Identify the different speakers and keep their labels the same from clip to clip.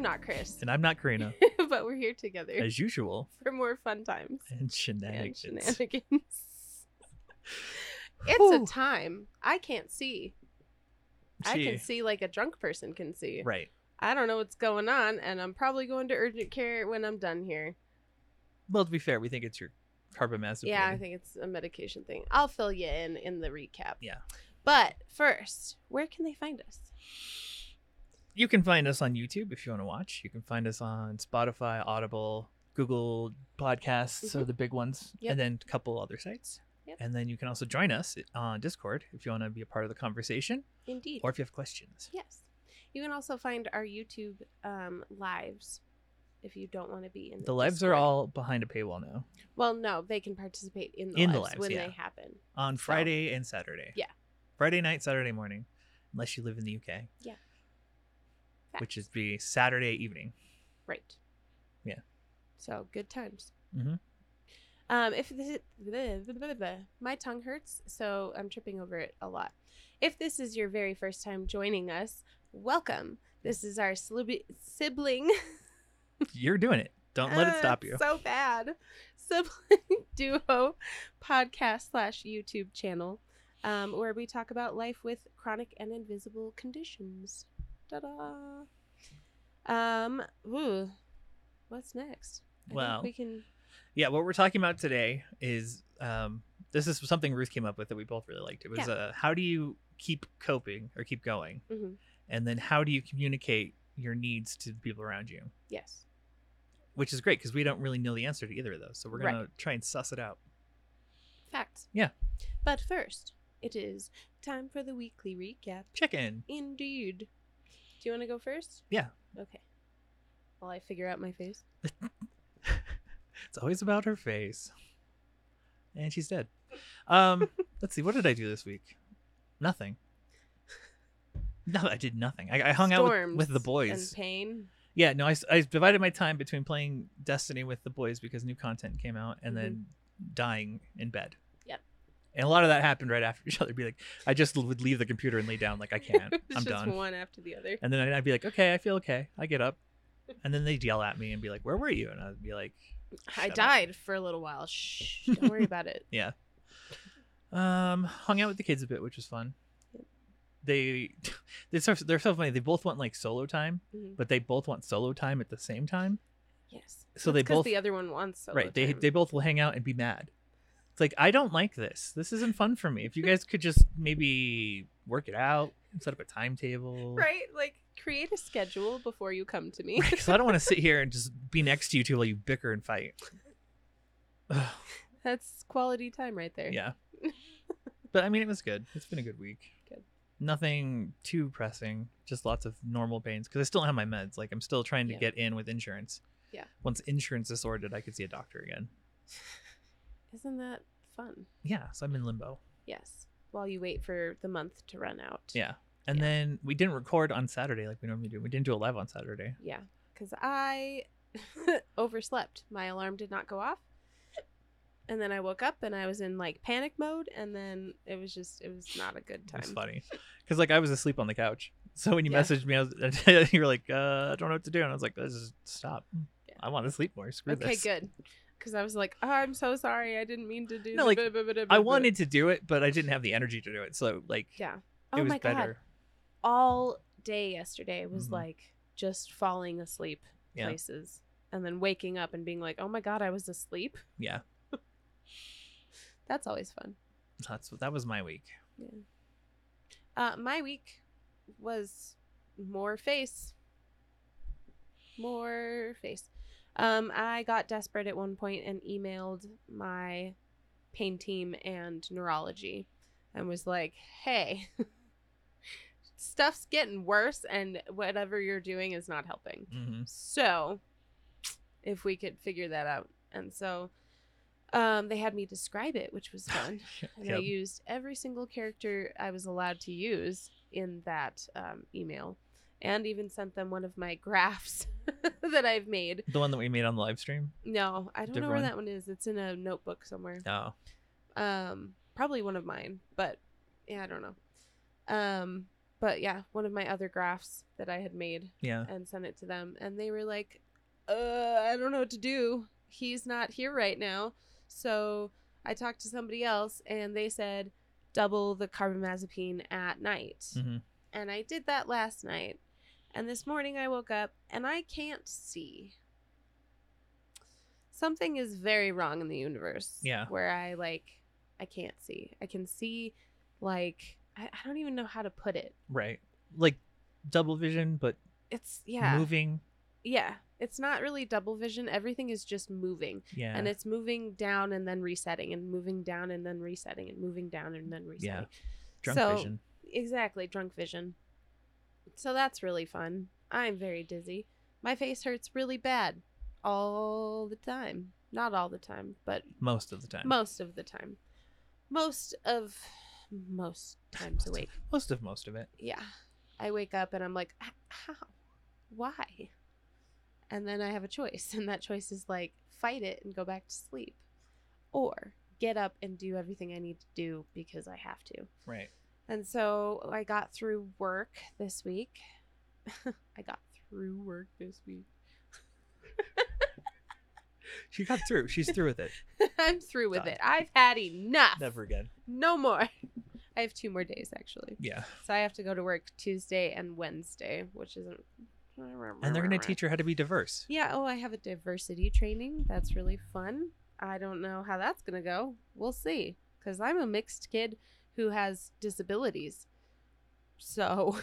Speaker 1: not Chris,
Speaker 2: And I'm not Karina,
Speaker 1: but we're here together
Speaker 2: as usual.
Speaker 1: for more fun times
Speaker 2: And
Speaker 1: and
Speaker 2: shenanigans.
Speaker 1: shenanigans.
Speaker 2: Whew.
Speaker 1: it's a time. I can't see. I
Speaker 2: Gee.
Speaker 1: can see like a drunk person can see.
Speaker 2: Right.
Speaker 1: I don't know what's going on, and I'm probably going to urgent care when I'm done here.
Speaker 2: Well, to be fair, we think it's your carbamazepine.
Speaker 1: Yeah, I think it's a medication thing. I'll fill you in in the recap.
Speaker 2: Yeah.
Speaker 1: But first, where can they find us?
Speaker 2: You can find us on YouTube if you want to watch. You can find us on Spotify, Audible, Google Podcasts, are the big ones,
Speaker 1: Mm-hmm. Yep.
Speaker 2: and then a couple other sites.
Speaker 1: Yep.
Speaker 2: And then you can also join us on Discord if you want to be a part of the conversation
Speaker 1: Indeed.
Speaker 2: or if you have questions.
Speaker 1: yes. You can also find our YouTube um, lives if you don't want to be in the
Speaker 2: The lives are
Speaker 1: Discord.
Speaker 2: all behind a paywall now
Speaker 1: Well, no, they can participate in the,
Speaker 2: In the
Speaker 1: lives,
Speaker 2: lives,
Speaker 1: when
Speaker 2: yeah.
Speaker 1: they happen.
Speaker 2: on Friday and Saturday.
Speaker 1: Yeah.
Speaker 2: Friday night, Saturday morning, unless you live in the UK.
Speaker 1: Yeah.
Speaker 2: Which is be Saturday evening.
Speaker 1: Right.
Speaker 2: Yeah.
Speaker 1: So good times.
Speaker 2: Mhm.
Speaker 1: Um, if this my tongue hurts, so I'm tripping over it a lot. If this is your very first time joining us, welcome. This is our slib- sibling.
Speaker 2: You're doing it. Don't let it
Speaker 1: Ah,
Speaker 2: stop you.
Speaker 1: So bad. Sibling duo podcast slash YouTube channel, um, where we talk about life with chronic and invisible conditions. Ta da! Um, ooh, what's next? I think
Speaker 2: Well,
Speaker 1: we can.
Speaker 2: Yeah, what we're talking about today is um, this is something Ruth came up with that we both really liked. It was
Speaker 1: Yeah.
Speaker 2: uh, how do you keep coping or keep going,
Speaker 1: Mhm.
Speaker 2: and then how do you communicate your needs to the people around you,
Speaker 1: Yes.
Speaker 2: which is great because we don't really know the answer to either of those. So we're
Speaker 1: Right.
Speaker 2: gonna try and suss it out.
Speaker 1: Facts.
Speaker 2: Yeah.
Speaker 1: But first, it is time for the weekly recap.
Speaker 2: Check in.
Speaker 1: Indeed. Do you want to go first?
Speaker 2: Yeah.
Speaker 1: Okay. While I figure out my face.
Speaker 2: It's always about her face, and she's dead. Um, let's see. What did I do this week? Nothing. No, I did nothing. I, I hung out with, with the
Speaker 1: Storms
Speaker 2: boys.
Speaker 1: And pain.
Speaker 2: yeah no I, s- I divided my time between playing destiny with the boys because new content came out and then dying in bed
Speaker 1: Mm-hmm. Yep.
Speaker 2: and a lot of that happened right after each other be like i just l- would leave the computer and lay down like i can't
Speaker 1: It was
Speaker 2: i'm
Speaker 1: just
Speaker 2: done
Speaker 1: one after the other.
Speaker 2: and then I'd, I'd be like okay i feel okay i get up and then they'd yell at me and be like where were you and i'd be like
Speaker 1: I
Speaker 2: Shut up.
Speaker 1: died for a little while. Shh. Don't worry about it.
Speaker 2: um hung out with the kids a bit which was fun they they're so, they're so funny they both want like solo time
Speaker 1: Mhm.
Speaker 2: but they both want solo time at the same time
Speaker 1: Yes.
Speaker 2: So
Speaker 1: That's
Speaker 2: they
Speaker 1: 'cause
Speaker 2: both-
Speaker 1: the other one wants solo
Speaker 2: right they
Speaker 1: time.
Speaker 2: they both will hang out and be mad it's like i don't like this this isn't fun for me if you guys could just maybe work it out set up a timetable
Speaker 1: right like create a schedule before you come to me.
Speaker 2: because i don't want to sit here and just be next to you two while you bicker and fight Ugh,
Speaker 1: That's quality time right there.
Speaker 2: yeah but i mean it was good it's been a good week
Speaker 1: Good.
Speaker 2: nothing too pressing just lots of normal pains because i still don't have my meds like i'm still trying to
Speaker 1: Yeah.
Speaker 2: get in with insurance
Speaker 1: Yeah.
Speaker 2: once insurance is sorted i could see a doctor again
Speaker 1: Isn't that fun?
Speaker 2: yeah so i'm in limbo
Speaker 1: Yes. While you wait for the month to run out.
Speaker 2: Yeah. And
Speaker 1: Yeah.
Speaker 2: then we didn't record on Saturday like we normally do. We didn't do a live on Saturday.
Speaker 1: Yeah. Because I overslept. My alarm did not go off. And then I woke up and I was in like panic mode. And then it was just, it was not a good time.
Speaker 2: It's funny. Because like I was asleep on the couch. So when you
Speaker 1: Yeah.
Speaker 2: messaged me, I was, you were like, uh, I don't know what to do. And I was like, let's just stop.
Speaker 1: Yeah.
Speaker 2: I want to sleep more. Screw
Speaker 1: Okay,
Speaker 2: this.
Speaker 1: good. Because I was like, oh, I'm so sorry. I didn't mean to do
Speaker 2: No,
Speaker 1: the
Speaker 2: like,
Speaker 1: blah, blah, blah, blah,
Speaker 2: I
Speaker 1: blah."
Speaker 2: wanted to do it, but I didn't have the energy to do it. So like
Speaker 1: Yeah.
Speaker 2: it
Speaker 1: Oh
Speaker 2: was
Speaker 1: my God.
Speaker 2: better.
Speaker 1: All day yesterday was
Speaker 2: Mhm.
Speaker 1: like just falling asleep
Speaker 2: Yeah.
Speaker 1: places and then waking up and being like, oh my God, I was asleep.
Speaker 2: Yeah.
Speaker 1: That's always fun.
Speaker 2: That's that was my week.
Speaker 1: Uh, my week was more face. More face. Um, I got desperate at one point and emailed my pain team and neurology and was like, hey, stuff's getting worse and whatever you're doing is not helping.
Speaker 2: hmm
Speaker 1: So, if we could figure that out. And so um, they had me describe it, which was fun. And I
Speaker 2: Yep.
Speaker 1: used every single character I was allowed to use in that um, email and even sent them one of my graphs that I've made.
Speaker 2: The one that we made on the live stream.
Speaker 1: No, I don't know
Speaker 2: Different
Speaker 1: where
Speaker 2: one?
Speaker 1: that one is. It's in a notebook somewhere.
Speaker 2: Oh.
Speaker 1: Um, probably one of mine, but yeah, I don't know. Um, but yeah, one of my other graphs that I had made
Speaker 2: Yeah.
Speaker 1: and sent it to them, and they were like, "Uh, I don't know what to do. He's not here right now." So I talked to somebody else, and they said, "Double the carbamazepine at night."
Speaker 2: Mhm.
Speaker 1: And I did that last night, and this morning I woke up and I can't see. Something is very wrong in the universe.
Speaker 2: Yeah.
Speaker 1: where I like, I can't see. I can see, like, I, I don't even know how to put it.
Speaker 2: Right. Like double vision, but
Speaker 1: It's yeah.
Speaker 2: moving.
Speaker 1: Yeah, it's not really double vision. Everything is just moving,
Speaker 2: Yeah.
Speaker 1: and it's moving down and then resetting, and moving down and then resetting, and moving down and then resetting.
Speaker 2: drunk
Speaker 1: so-
Speaker 2: vision.
Speaker 1: Exactly, drunk vision. So that's really fun. I'm very dizzy. My face hurts really bad all the time. Not all the time, but
Speaker 2: Most of the time.
Speaker 1: most of the time. Most of most times
Speaker 2: Most of-
Speaker 1: awake.
Speaker 2: Most of most of it.
Speaker 1: Yeah. I wake up and I'm like, "H- how? Why? And then I have a choice. And that choice is like, fight it and go back to sleep, or get up and do everything I need to do because I have to.
Speaker 2: Right.
Speaker 1: And so I got through work this week. I got through work this week.
Speaker 2: She got through. She's through with it.
Speaker 1: I'm through with
Speaker 2: Done.
Speaker 1: it. I've had enough.
Speaker 2: Never again.
Speaker 1: No more. I have two more days actually.
Speaker 2: Yeah.
Speaker 1: So I have to go to work Tuesday and Wednesday, which isn't.
Speaker 2: And they're gonna teach her how to be diverse.
Speaker 1: Yeah, oh, I have a diversity training. That's really fun. I don't know how that's going to go. We'll see. Because I'm a mixed kid who has disabilities. So,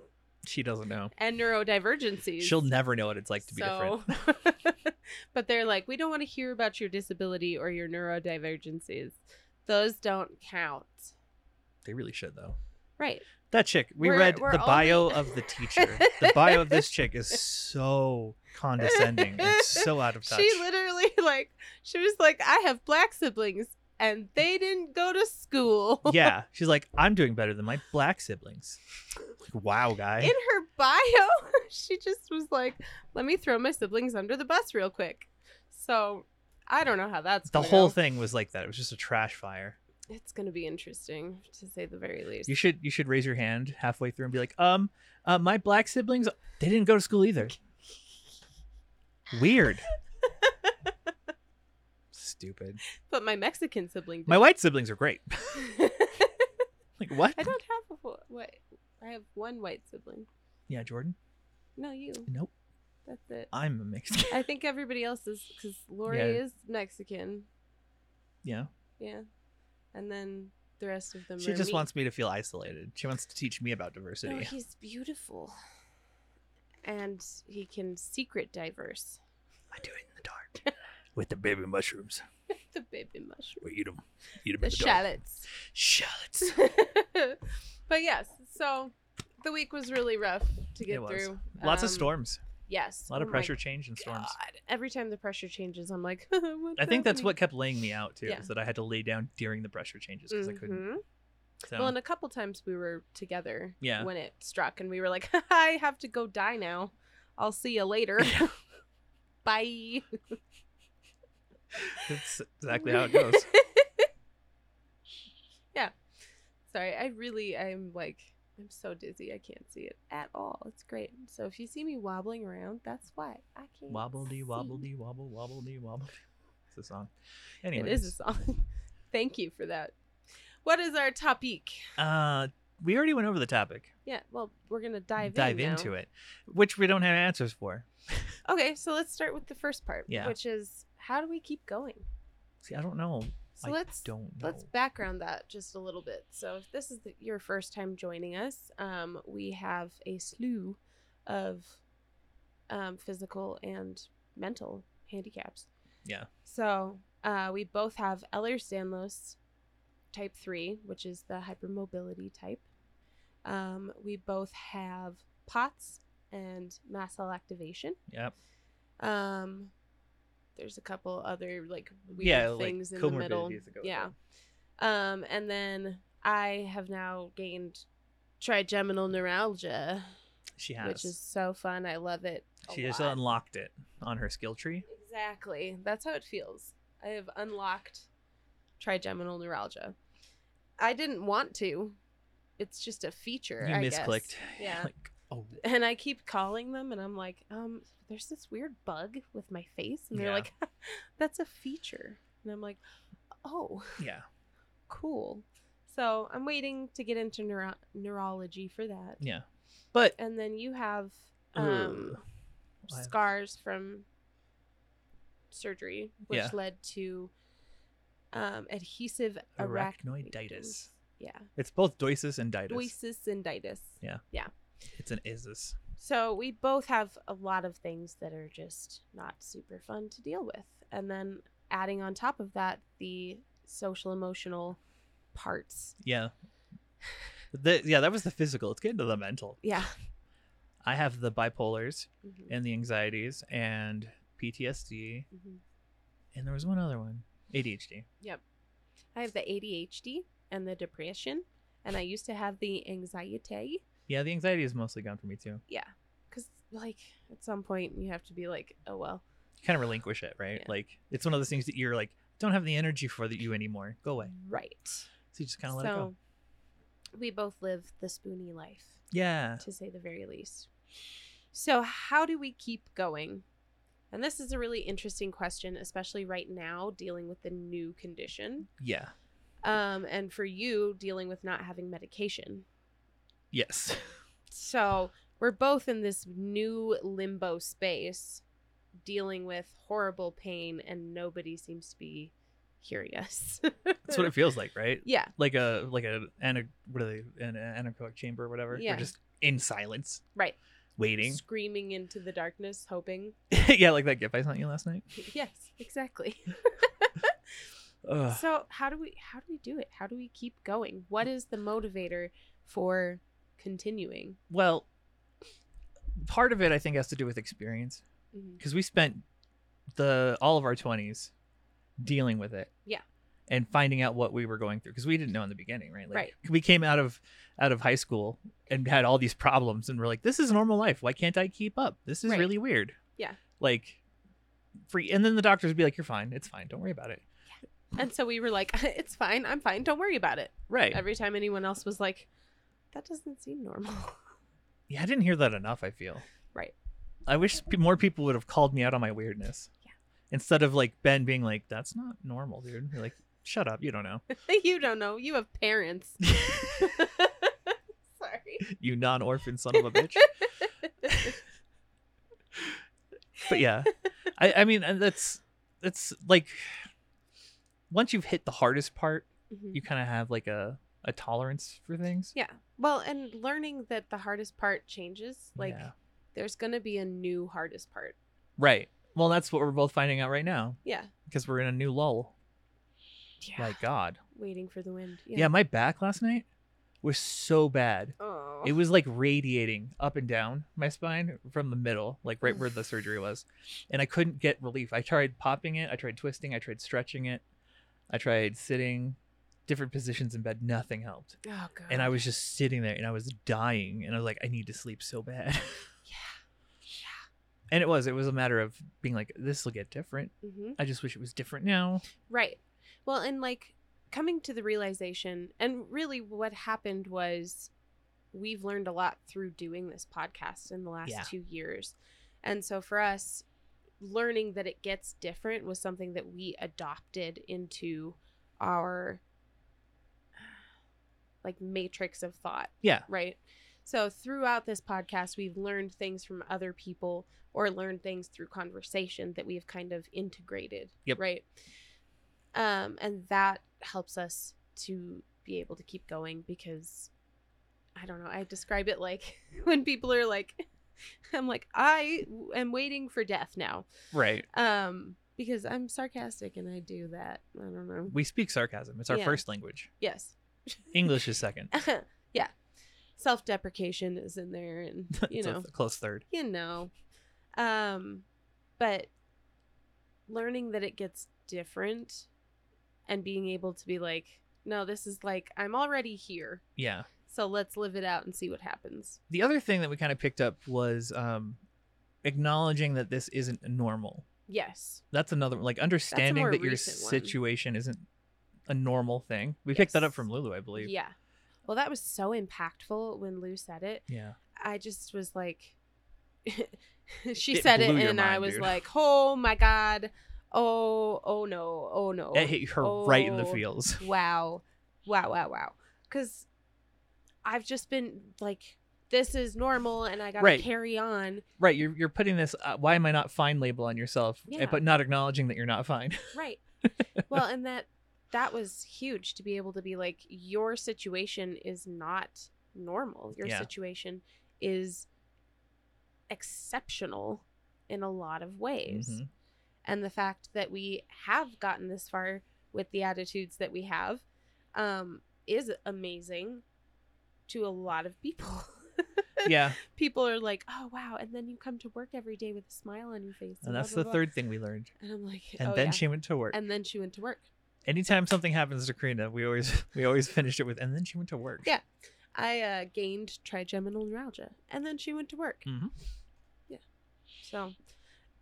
Speaker 2: She doesn't know.
Speaker 1: and neurodivergencies.
Speaker 2: She'll never know what it's like to be different.
Speaker 1: different. but they're like, we don't want to hear about your disability or your neurodivergencies. Those don't count.
Speaker 2: They really should though.
Speaker 1: Right.
Speaker 2: That chick. We
Speaker 1: We're-
Speaker 2: read
Speaker 1: we're
Speaker 2: the
Speaker 1: only-
Speaker 2: bio of the teacher. the bio of this chick is so condescending and so out of touch.
Speaker 1: She literally, like, she was like, I have black siblings and they didn't go to school.
Speaker 2: yeah. She's like, I'm doing better than my black siblings. Like, wow, guy.
Speaker 1: in her bio, she just was like, "Let me throw my siblings under the bus real quick." So I don't know how that's
Speaker 2: the
Speaker 1: gonna
Speaker 2: whole
Speaker 1: go.
Speaker 2: thing was like that. It was just a trash fire.
Speaker 1: It's going to be interesting to say the very least.
Speaker 2: You should you should raise your hand halfway through and be like, um, uh, my black siblings they didn't go to school either. Weird. Stupid.
Speaker 1: but my Mexican sibling, did.
Speaker 2: My white siblings are great. like what?
Speaker 1: I don't have a wh- what. I have one white sibling.
Speaker 2: Yeah, Jordan.
Speaker 1: No, you.
Speaker 2: Nope.
Speaker 1: That's it.
Speaker 2: I'm a mixed. kid.
Speaker 1: I think everybody else is because Lori
Speaker 2: Yeah.
Speaker 1: is Mexican.
Speaker 2: yeah.
Speaker 1: Yeah, and then the rest of them.
Speaker 2: She
Speaker 1: are
Speaker 2: just
Speaker 1: me.
Speaker 2: wants me to feel isolated. She wants to teach me about
Speaker 1: No,
Speaker 2: diversity.
Speaker 1: he's beautiful, and he can secret diverse.
Speaker 2: I do it in the dark with the baby mushrooms.
Speaker 1: the baby mushroom.
Speaker 2: We eat them. Eat them
Speaker 1: The
Speaker 2: in the dark.
Speaker 1: shallots.
Speaker 2: Shallots.
Speaker 1: but yes, so the week was really rough to get
Speaker 2: It was.
Speaker 1: through.
Speaker 2: Lots of
Speaker 1: Um,
Speaker 2: storms.
Speaker 1: Yes.
Speaker 2: A lot of
Speaker 1: Oh my
Speaker 2: pressure change and storms.
Speaker 1: God. Every time the pressure changes, I'm like, what's
Speaker 2: I think that's
Speaker 1: happening?
Speaker 2: what kept laying me out too,
Speaker 1: Yeah.
Speaker 2: is that I had to lay down during the pressure changes because I couldn't.
Speaker 1: Mhm.
Speaker 2: So,
Speaker 1: Well, and a couple times we were together
Speaker 2: Yeah.
Speaker 1: when it struck, and we were like, I have to go die now. I'll see you later. Bye.
Speaker 2: that's exactly how it goes.
Speaker 1: yeah. Sorry, I really I'm like I'm so dizzy I can't see it at all. It's great. So if you see me wobbling around, that's why I can't.
Speaker 2: wobble dee wobble
Speaker 1: see.
Speaker 2: dee wobble wobble dee wobble. It's a song.
Speaker 1: It
Speaker 2: Anyways,
Speaker 1: is a song. Thank you for that. What is our topic?
Speaker 2: uh, we already went over the topic.
Speaker 1: Yeah, well, we're gonna dive in now.
Speaker 2: into it, which we don't have answers for.
Speaker 1: Okay, so let's start with the first part,
Speaker 2: Yeah.
Speaker 1: which is how do we keep going?
Speaker 2: See, I don't know.
Speaker 1: So
Speaker 2: I
Speaker 1: let's
Speaker 2: don't know.
Speaker 1: Let's background that just a little bit. So, if this is the, your first time joining us, um, we have a slew of um, physical and mental handicaps.
Speaker 2: Yeah.
Speaker 1: So, uh, we both have Ehlers Danlos type 3, which is the hypermobility type. Um, we both have POTS and mast cell activation.
Speaker 2: Yep.
Speaker 1: Um, there's a couple other like weird
Speaker 2: Yeah, like
Speaker 1: things in the middle.
Speaker 2: comorbidities that go with
Speaker 1: Yeah. Um, and then I have now gained trigeminal neuralgia,
Speaker 2: She has.
Speaker 1: which is so fun. I love it. a
Speaker 2: she just
Speaker 1: lot.
Speaker 2: unlocked it on her skill tree.
Speaker 1: Exactly. That's how it feels. I have unlocked trigeminal neuralgia. I didn't want to. it's just a feature.
Speaker 2: You
Speaker 1: I guess.
Speaker 2: misclicked.
Speaker 1: Yeah.
Speaker 2: Like, oh,
Speaker 1: and I keep calling them, and I'm like, um, there's this weird bug with my face, and they're
Speaker 2: Yeah.
Speaker 1: like, that's a feature, and I'm like, oh,
Speaker 2: yeah.
Speaker 1: cool. So I'm waiting to get into neuro- neurology for that,
Speaker 2: Yeah. But
Speaker 1: and then you have um,
Speaker 2: Ugh. I have-
Speaker 1: scars from surgery, which
Speaker 2: Yeah.
Speaker 1: led to um, adhesive
Speaker 2: Arachnoiditis.
Speaker 1: arachnoiditis. Yeah,
Speaker 2: It's both doisis and ditis.
Speaker 1: doisis and ditis.
Speaker 2: It's an isis.
Speaker 1: So we both have a lot of things that are just not super fun to deal with. And then adding on top of that the social emotional parts.
Speaker 2: Yeah. The, yeah, that was the physical. Let's get into the mental.
Speaker 1: Yeah.
Speaker 2: I have the bipolars
Speaker 1: Mhm,
Speaker 2: and the anxieties and PTSD.
Speaker 1: mhm.
Speaker 2: And there was one other one ADHD.
Speaker 1: Yep. I have the ADHD and the depression and I used to have the anxiety.
Speaker 2: Yeah, the anxiety is mostly gone for me too.
Speaker 1: Yeah. Cuz like at some point you have to be like, oh well.
Speaker 2: You kind of relinquish it, right?
Speaker 1: Yeah.
Speaker 2: Like, it's one of those things that you're like, don't have the energy for that you anymore. Go away.
Speaker 1: Right.
Speaker 2: So you just kind of let it go.
Speaker 1: we both live the spoony life.
Speaker 2: Yeah.
Speaker 1: to say the very least. So, how do we keep going? And this is a really interesting question, especially right now, dealing with the new condition.
Speaker 2: Yeah.
Speaker 1: Um, and for you, dealing with not having medication.
Speaker 2: Yes.
Speaker 1: So, we're both in this new limbo space, dealing with horrible pain, and nobody seems to be hearing us.
Speaker 2: That's what it feels like, right?
Speaker 1: yeah.
Speaker 2: Like a like a ana, what are they an anechoic chamber or whatever.
Speaker 1: Yeah.
Speaker 2: We're just in silence,
Speaker 1: Right.
Speaker 2: waiting.
Speaker 1: Screaming into the darkness, hoping.
Speaker 2: yeah, like that gift I sent you last night.
Speaker 1: yes, exactly.
Speaker 2: Ugh.
Speaker 1: so how do we how do we do it how do we keep going what is the motivator for continuing
Speaker 2: Well, part of it I think has to do with experience because we spent the all of our twenties dealing with it.
Speaker 1: Yeah.
Speaker 2: And finding out what we were going through because we didn't know in the beginning, right? Like,
Speaker 1: Right.
Speaker 2: We came out of out of high school and had all these problems, and we're like, "This is normal life. Why can't I keep up? This is
Speaker 1: Right.
Speaker 2: really weird."
Speaker 1: Yeah.
Speaker 2: Like, free, and then the doctors would be like, "You're fine. It's fine. Don't worry about it."
Speaker 1: and so we were like it's fine i'm fine don't worry about it
Speaker 2: Right.
Speaker 1: every time anyone else was like that doesn't seem normal
Speaker 2: yeah, I didn't hear that enough. I feel.
Speaker 1: Right.
Speaker 2: I wish pe- more people would have called me out on my weirdness.
Speaker 1: Yeah.
Speaker 2: Instead of like Ben being like, "That's not normal, dude." You're like, "Shut up. You don't know.
Speaker 1: you don't know you have parents sorry
Speaker 2: You non-orphan son of a bitch." but yeah, I, I mean, and that's that's like once you've hit the hardest part,
Speaker 1: Mhm.
Speaker 2: you kind of have like a a tolerance for things.
Speaker 1: yeah well and learning that the hardest part changes like
Speaker 2: Yeah.
Speaker 1: there's gonna be a new hardest part
Speaker 2: Right. Well, that's what we're both finding out right now
Speaker 1: yeah
Speaker 2: because we're in a new lull.
Speaker 1: yeah
Speaker 2: My God.
Speaker 1: waiting for the wind
Speaker 2: yeah, my back last night was so bad.
Speaker 1: oh
Speaker 2: It was like radiating up and down my spine from the middle, like right where
Speaker 1: Oof.
Speaker 2: the surgery was. And I couldn't get relief. I tried popping it, I tried twisting, I tried stretching it, I tried sitting, different positions in bed. Nothing helped.
Speaker 1: oh god
Speaker 2: And I was just sitting there and I was dying. And I was like, I need to sleep so bad.
Speaker 1: yeah
Speaker 2: and it was, it was a matter of being like, this will get different.
Speaker 1: mm-hmm.
Speaker 2: I just wish it was different now.
Speaker 1: Right. Well, and like coming to the realization, and really what happened was we've learned a lot through doing this podcast in the last
Speaker 2: Yeah.
Speaker 1: two years. And so for us, learning that it gets different was something that we adopted into our like matrix of thought
Speaker 2: Yeah.
Speaker 1: right? So throughout this podcast, we've learned things from other people or learned things through conversation that we've kind of integrated,
Speaker 2: Yep.
Speaker 1: right? Um, and that helps us to be able to keep going because I don't know. I describe it like when people are like, I'm like, I am waiting for death now,
Speaker 2: Right.
Speaker 1: um, because I'm sarcastic and I do that. I don't know.
Speaker 2: We speak sarcasm, it's our
Speaker 1: Yeah.
Speaker 2: first language.
Speaker 1: Yes.
Speaker 2: English is second.
Speaker 1: yeah. Self deprecation is in there, and you
Speaker 2: It's a
Speaker 1: know,
Speaker 2: th- close third.
Speaker 1: you know um but learning that it gets different and being able to be like no this is like i'm already here
Speaker 2: Yeah.
Speaker 1: so let's live it out and see what happens
Speaker 2: the other thing that we kind of picked up was um acknowledging that this isn't normal
Speaker 1: yes
Speaker 2: that's another like understanding
Speaker 1: more
Speaker 2: that your
Speaker 1: recent one.
Speaker 2: situation isn't a normal thing we picked that up
Speaker 1: Yes.
Speaker 2: from lulu i believe
Speaker 1: yeah Well, that was so impactful when Lou said it.
Speaker 2: Yeah.
Speaker 1: I just was like, she
Speaker 2: It
Speaker 1: said it,
Speaker 2: blew your
Speaker 1: and I
Speaker 2: mind,
Speaker 1: was
Speaker 2: dude.
Speaker 1: like, oh my god, oh oh no, oh no,
Speaker 2: It hit her right in the
Speaker 1: Oh.
Speaker 2: feels.
Speaker 1: wow, wow, wow, wow. Because I've just been like, this is normal, and I gotta
Speaker 2: Right.
Speaker 1: carry on.
Speaker 2: Right. You're, you're putting this, uh, why am I not fine label on yourself, eh,
Speaker 1: Yeah.
Speaker 2: but not acknowledging that you're not fine.
Speaker 1: Right. well, and that that was huge to be able to be like your situation is not normal. Your
Speaker 2: Yeah.
Speaker 1: situation is exceptional in a lot of ways.
Speaker 2: Mhm.
Speaker 1: And the fact that we have gotten this far with the attitudes that we have um is amazing to a lot of people.
Speaker 2: Yeah.
Speaker 1: people are like, "Oh wow." And then you come to work every day with a smile on your face.
Speaker 2: And
Speaker 1: blah,
Speaker 2: that's
Speaker 1: blah,
Speaker 2: the
Speaker 1: blah."
Speaker 2: third thing we learned.
Speaker 1: And I'm like,
Speaker 2: And
Speaker 1: "Oh,
Speaker 2: then
Speaker 1: yeah."
Speaker 2: she went to work.
Speaker 1: and then she went to work.
Speaker 2: Anytime something happens to Karina, we always we always finished it with, and then she went to work.
Speaker 1: Yeah. I uh, gained trigeminal neuralgia, and then she went to work.
Speaker 2: Mhm.
Speaker 1: Yeah. So,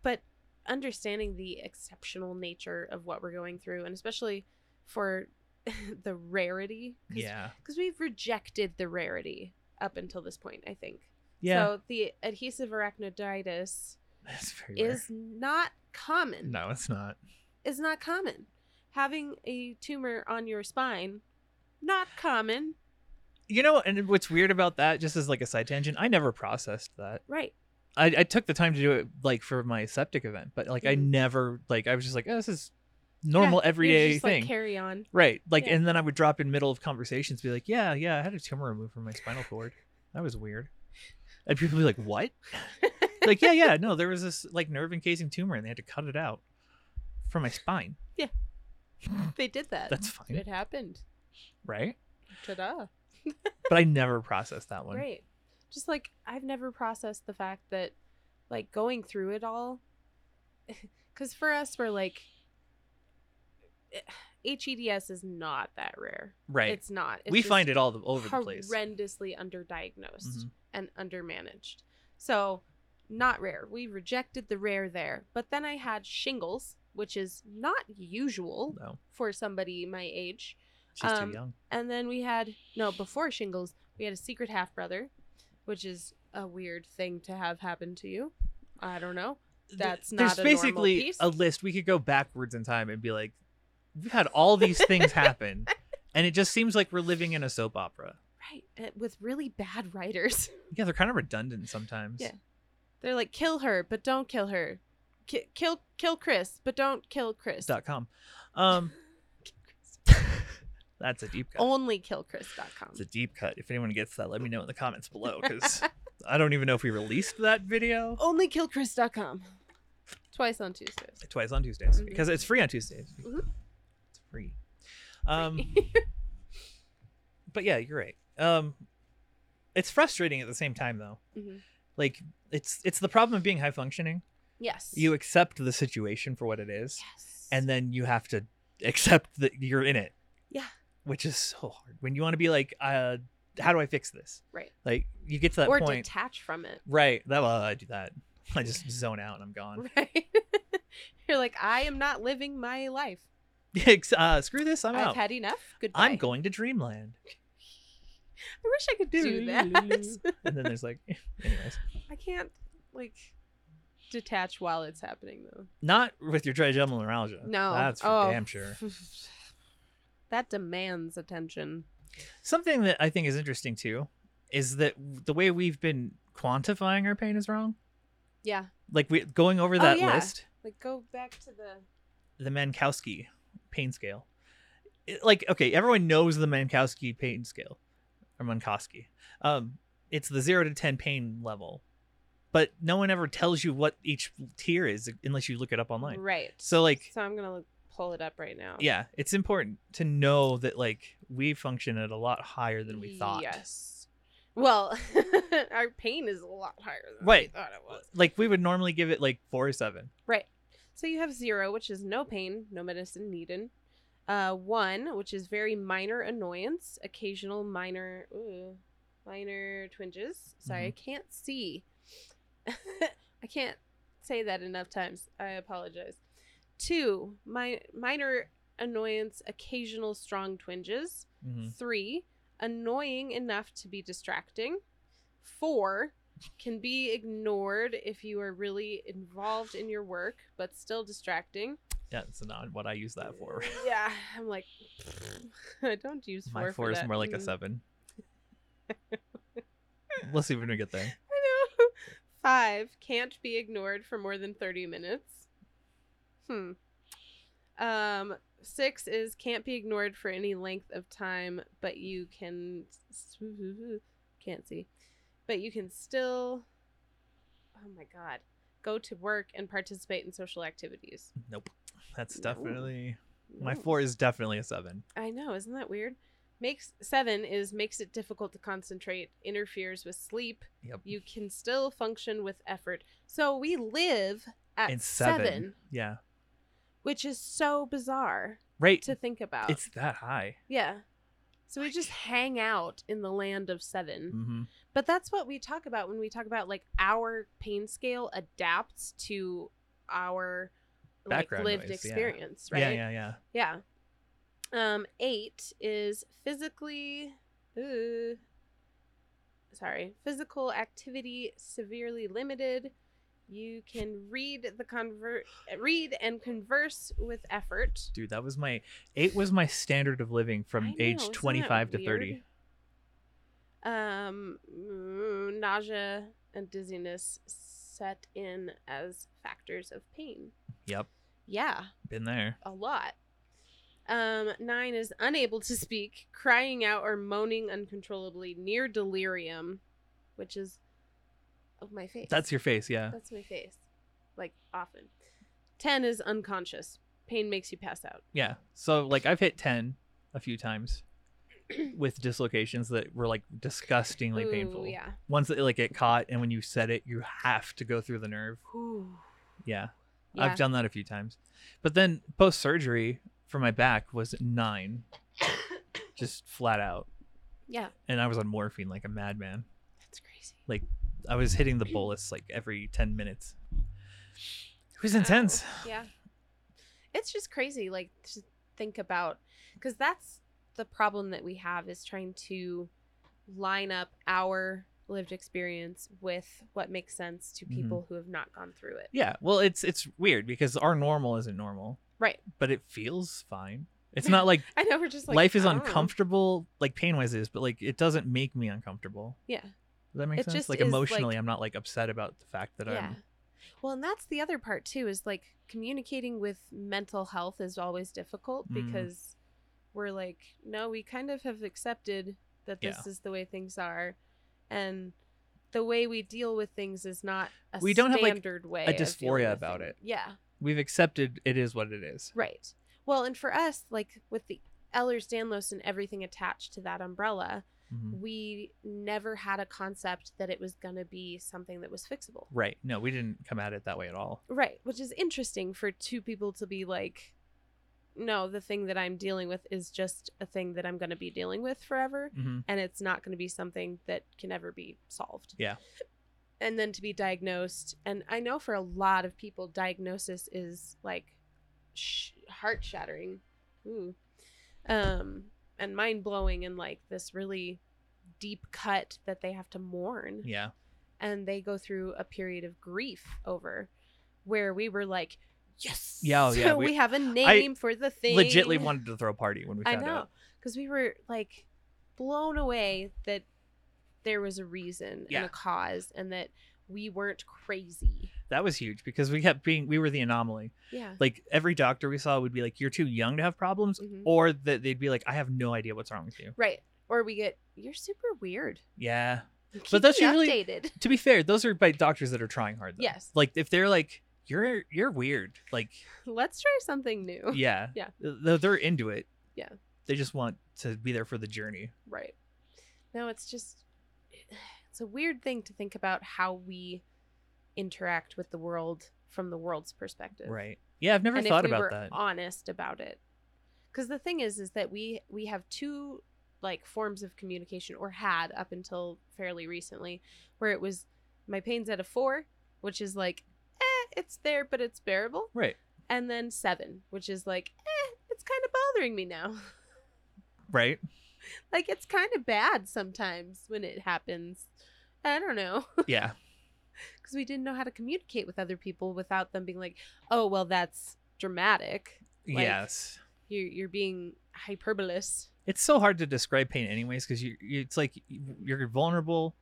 Speaker 1: but understanding the exceptional nature of what we're going through, and especially for the rarity, because
Speaker 2: Yeah.
Speaker 1: we've rejected the rarity up until this point, I think.
Speaker 2: Yeah.
Speaker 1: So the adhesive arachnoiditis
Speaker 2: that's very rare.
Speaker 1: is not common.
Speaker 2: No, it's not.
Speaker 1: Is not common. Having a tumor on your spine, not common.
Speaker 2: You know, and what's weird about that, just as like a side tangent, I never processed that.
Speaker 1: Right.
Speaker 2: I, I took the time to do it like for my septic event, but like I
Speaker 1: Mhm.
Speaker 2: never like I was just like, oh, this is normal
Speaker 1: Yeah, it was
Speaker 2: everyday
Speaker 1: just, like,
Speaker 2: thing.
Speaker 1: carry on.
Speaker 2: right. Like
Speaker 1: Yeah.
Speaker 2: and then I would drop in middle of conversations, be like, Yeah, yeah, I had a tumor removed from my spinal cord. That was weird. And people be like, What? like, yeah, yeah, no, there was this like nerve encasing tumor and they had to cut it out from my spine.
Speaker 1: they did that.
Speaker 2: That's fine.
Speaker 1: it happened.
Speaker 2: Right?
Speaker 1: Ta-da!
Speaker 2: But I never processed that one.
Speaker 1: Great. Just like I've never processed the fact that, like, going through it all, because for us we're like, eh, HEDS is not that rare.
Speaker 2: Right.
Speaker 1: It's not. It's
Speaker 2: we find it all the, over the place.
Speaker 1: horrendously underdiagnosed
Speaker 2: Mhm.
Speaker 1: and undermanaged. So, not rare. We rejected the rare there. But then I had shingles, which is not usual
Speaker 2: No,
Speaker 1: for somebody my age.
Speaker 2: she's
Speaker 1: Um,
Speaker 2: too young.
Speaker 1: And then we had no before shingles, we had a secret half brother, which is a weird thing to have happen to you. I don't know.
Speaker 2: Th-
Speaker 1: that's not
Speaker 2: there's
Speaker 1: a normal
Speaker 2: basically
Speaker 1: piece.
Speaker 2: a list we could go backwards in time and be like we've had all these things happen and it just seems like we're living in a soap opera
Speaker 1: Right. and With really bad writers.
Speaker 2: yeah they're kind of redundant sometimes
Speaker 1: Yeah. They're like kill her, but don't kill her. Ki- kill kill Chris, but don't kill Chris.
Speaker 2: dot com um
Speaker 1: Kill Chris.
Speaker 2: that's a deep cut
Speaker 1: Only killchris.com.
Speaker 2: it's a deep cut if anyone gets that let me know in the comments below because i don't even know if we released that video
Speaker 1: Only killchris.com. Twice on Tuesdays.
Speaker 2: twice on tuesdays
Speaker 1: Mhm.
Speaker 2: because it's free on tuesdays
Speaker 1: Mhm.
Speaker 2: it's free um but yeah you're right um it's frustrating at the same time though
Speaker 1: Mhm.
Speaker 2: like it's it's the problem of being high functioning
Speaker 1: Yes.
Speaker 2: you accept the situation for what it is
Speaker 1: Yes.
Speaker 2: and then you have to accept that you're in it
Speaker 1: Yeah.
Speaker 2: which is so hard when you want to be like uh how do i fix this
Speaker 1: Right.
Speaker 2: like you get to that
Speaker 1: or
Speaker 2: point
Speaker 1: detach from it.
Speaker 2: right that well i do that i just zone out and i'm gone
Speaker 1: Right. You're like, I am not living my life.
Speaker 2: Ex- uh, screw this i'm
Speaker 1: i have
Speaker 2: out
Speaker 1: had enough. Goodbye.
Speaker 2: i'm going to dreamland
Speaker 1: I wish I could do that.
Speaker 2: and then there's like anyways
Speaker 1: I can't like detach while it's happening though.
Speaker 2: not with your trigeminal neuralgia
Speaker 1: No.
Speaker 2: that's for
Speaker 1: Oh.
Speaker 2: damn sure
Speaker 1: That demands attention.
Speaker 2: Something that I think is interesting too is that the way we've been quantifying our pain is wrong.
Speaker 1: Yeah.
Speaker 2: Like we going over
Speaker 1: Oh,
Speaker 2: that
Speaker 1: yeah.
Speaker 2: list,
Speaker 1: Like go back to the
Speaker 2: the Mankowski pain scale. It- like okay, everyone knows the Mankowski pain scale or Mankowski. Um, it's the zero to ten pain level, but no one ever tells you what each tier is unless you look it up online.
Speaker 1: Right.
Speaker 2: So like,
Speaker 1: So I'm gonna look, pull it up right now.
Speaker 2: yeah, it's important to know that like we function at a lot higher than we thought.
Speaker 1: Yes. Well, our pain is a lot higher than
Speaker 2: Right.
Speaker 1: we thought it was.
Speaker 2: Like we would normally give it like four or seven.
Speaker 1: Right. So you have zero, which is no pain, no medicine needed. Uh, one, which is very minor annoyance, occasional minor, ooh, minor twinges. Sorry, I can't see. I can't say that enough times. I apologize. Two, mi- minor annoyance, occasional strong twinges.
Speaker 2: Mhm.
Speaker 1: Three, annoying enough to be distracting. Four, can be ignored if you are really involved in your work, but still distracting.
Speaker 2: Yeah, it's not what I use that for.
Speaker 1: Yeah, I'm like, I don't use four.
Speaker 2: My
Speaker 1: for
Speaker 2: four is
Speaker 1: that.
Speaker 2: more like a
Speaker 1: Mm.
Speaker 2: seven. Let's see when we get there.
Speaker 1: I know. Five can't be ignored for more than thirty minutes. Hmm. Um. Six is can't be ignored for any length of time, but you can can't see, but you can still. Oh my god. Go to work and participate in social activities.
Speaker 2: Nope. That's
Speaker 1: No.
Speaker 2: definitely my
Speaker 1: Ooh.
Speaker 2: four is definitely a seven.
Speaker 1: I know, isn't that weird? Makes seven is makes it difficult to concentrate, interferes with sleep.
Speaker 2: Yep.
Speaker 1: You can still function with effort. So we live at
Speaker 2: and
Speaker 1: seven.
Speaker 2: seven. Yeah.
Speaker 1: which is so bizarre
Speaker 2: Right.
Speaker 1: to think about.
Speaker 2: It's that high.
Speaker 1: yeah. So we just hang out in the land of 7
Speaker 2: Mm-hmm.
Speaker 1: But that's what we talk about when we talk about like our pain scale adapts to our like
Speaker 2: Background
Speaker 1: lived
Speaker 2: noise, yeah.
Speaker 1: experience, right?
Speaker 2: Yeah, yeah, yeah.
Speaker 1: Yeah. Um, eight is physically. Ooh, sorry. Physical activity severely limited. You can read the convert, read and converse with effort.
Speaker 2: Dude, that was my eight was my standard of living
Speaker 1: I
Speaker 2: from
Speaker 1: know,
Speaker 2: age
Speaker 1: isn't that
Speaker 2: twenty five to thirty.
Speaker 1: weird? Um, mm, nausea and dizziness set in as factors of pain.
Speaker 2: Yep.
Speaker 1: Yeah.
Speaker 2: Been there.
Speaker 1: a lot. Um, nine is unable to speak, crying out or moaning uncontrollably, near delirium, which is of my face.
Speaker 2: That's your face, yeah.
Speaker 1: that's my face, like often. Ten is unconscious. Pain makes you pass out.
Speaker 2: Yeah. So like I've hit ten a few times with dislocations that were like disgustingly
Speaker 1: Ooh,
Speaker 2: painful.
Speaker 1: Yeah.
Speaker 2: Ones that like get caught and when you set it you have to go through the nerve.
Speaker 1: Whew.
Speaker 2: Yeah.
Speaker 1: yeah.
Speaker 2: I've done that a few times. But then post surgery for my back was nine. just flat out.
Speaker 1: yeah.
Speaker 2: And I was on morphine like a madman.
Speaker 1: That's crazy.
Speaker 2: I was hitting the bolus like every 10 minutes. It was
Speaker 1: Wow.
Speaker 2: intense.
Speaker 1: Yeah. It's just crazy, like to think about, because that's the problem that we have is trying to line up our lived experience with what makes sense to
Speaker 2: Mhm.
Speaker 1: people who have not gone through it.
Speaker 2: Yeah, well it's it's weird because our normal isn't normal,
Speaker 1: Right.
Speaker 2: but it feels fine. It's not like,
Speaker 1: I know we're just like
Speaker 2: life is
Speaker 1: oh.
Speaker 2: uncomfortable like pain wise is, but like it doesn't make me uncomfortable.
Speaker 1: Yeah.
Speaker 2: Does that make
Speaker 1: It
Speaker 2: sense?
Speaker 1: just
Speaker 2: Like
Speaker 1: is, like-
Speaker 2: emotionally I'm not like upset about the fact that
Speaker 1: Yeah.
Speaker 2: I'm
Speaker 1: Well, and that's the other part too is like communicating with mental health is always difficult
Speaker 2: Mm.
Speaker 1: because we're like, no, we kind of have accepted that this is the way things are, and the way we deal with things is not a
Speaker 2: We don't have, like,
Speaker 1: standard way
Speaker 2: a
Speaker 1: of dealing
Speaker 2: dysphoria
Speaker 1: with
Speaker 2: about
Speaker 1: things.
Speaker 2: it.
Speaker 1: Yeah,
Speaker 2: we've accepted it is what it is.
Speaker 1: right. Well, and for us, like with the Ehlers Danlos and everything attached to that umbrella,
Speaker 2: Mhm.
Speaker 1: we never had a concept that it was gonna be something that was fixable.
Speaker 2: Right. No, we didn't come at it that way at all.
Speaker 1: Right, which is interesting for two people to be like, no, the thing that I'm dealing with is just a thing that I'm going to be dealing with forever,
Speaker 2: Mm-hmm.
Speaker 1: and it's not going to be something that can ever be solved.
Speaker 2: Yeah.
Speaker 1: And then to be diagnosed, and I know for a lot of people, diagnosis is like sh- heart shattering, ooh, um, and mind blowing, and like this really deep cut that they have to mourn
Speaker 2: Yeah.
Speaker 1: and they go through a period of grief over where we were like yes
Speaker 2: Yeah, oh, yeah,
Speaker 1: we,
Speaker 2: we-
Speaker 1: have a name for the thing
Speaker 2: Legitly wanted to throw a party when we
Speaker 1: i
Speaker 2: found
Speaker 1: know
Speaker 2: out.
Speaker 1: because we were like blown away that there was a reason and
Speaker 2: Yeah.
Speaker 1: a cause and that we weren't crazy
Speaker 2: That was huge because we kept being we were the anomaly.
Speaker 1: yeah
Speaker 2: Like every doctor we saw would be like, You're too young to have problems
Speaker 1: Mhm.
Speaker 2: or that they'd be like, I have no idea what's wrong with you.
Speaker 1: right or we get you're super weird
Speaker 2: Yeah.
Speaker 1: Keep
Speaker 2: that's
Speaker 1: me
Speaker 2: usually-
Speaker 1: updated
Speaker 2: To be fair, those are by doctors that are trying hard though.
Speaker 1: Yes.
Speaker 2: Like if they're like, You're you're weird, like
Speaker 1: let's try something new
Speaker 2: yeah.
Speaker 1: Yeah.
Speaker 2: Though they're into it.
Speaker 1: Yeah.
Speaker 2: They just want to be there for the journey.
Speaker 1: Right. No, it's just it's a weird thing to think about how we interact with the world from the world's perspective.
Speaker 2: Right. Yeah, I've never
Speaker 1: and
Speaker 2: thought
Speaker 1: if we
Speaker 2: about
Speaker 1: were
Speaker 2: that.
Speaker 1: honest about it. Cuz the thing is is that we we have two like forms of communication or had up until fairly recently where it was my pain's at a 4, which is like eh, it's there but it's bearable,
Speaker 2: Right.
Speaker 1: and then 7, which is like eh, it's kind of bothering me now.
Speaker 2: Right.
Speaker 1: like it's kind of bad sometimes when it happens. I don't know
Speaker 2: yeah.
Speaker 1: because we didn't know how to communicate with other people without them being like, "Oh, well, that's dramatic. Like-
Speaker 2: yes.
Speaker 1: You're you're being hyperbolous."
Speaker 2: It's so hard to describe pain, anyways, because you, you it's like you- you're vulnerable,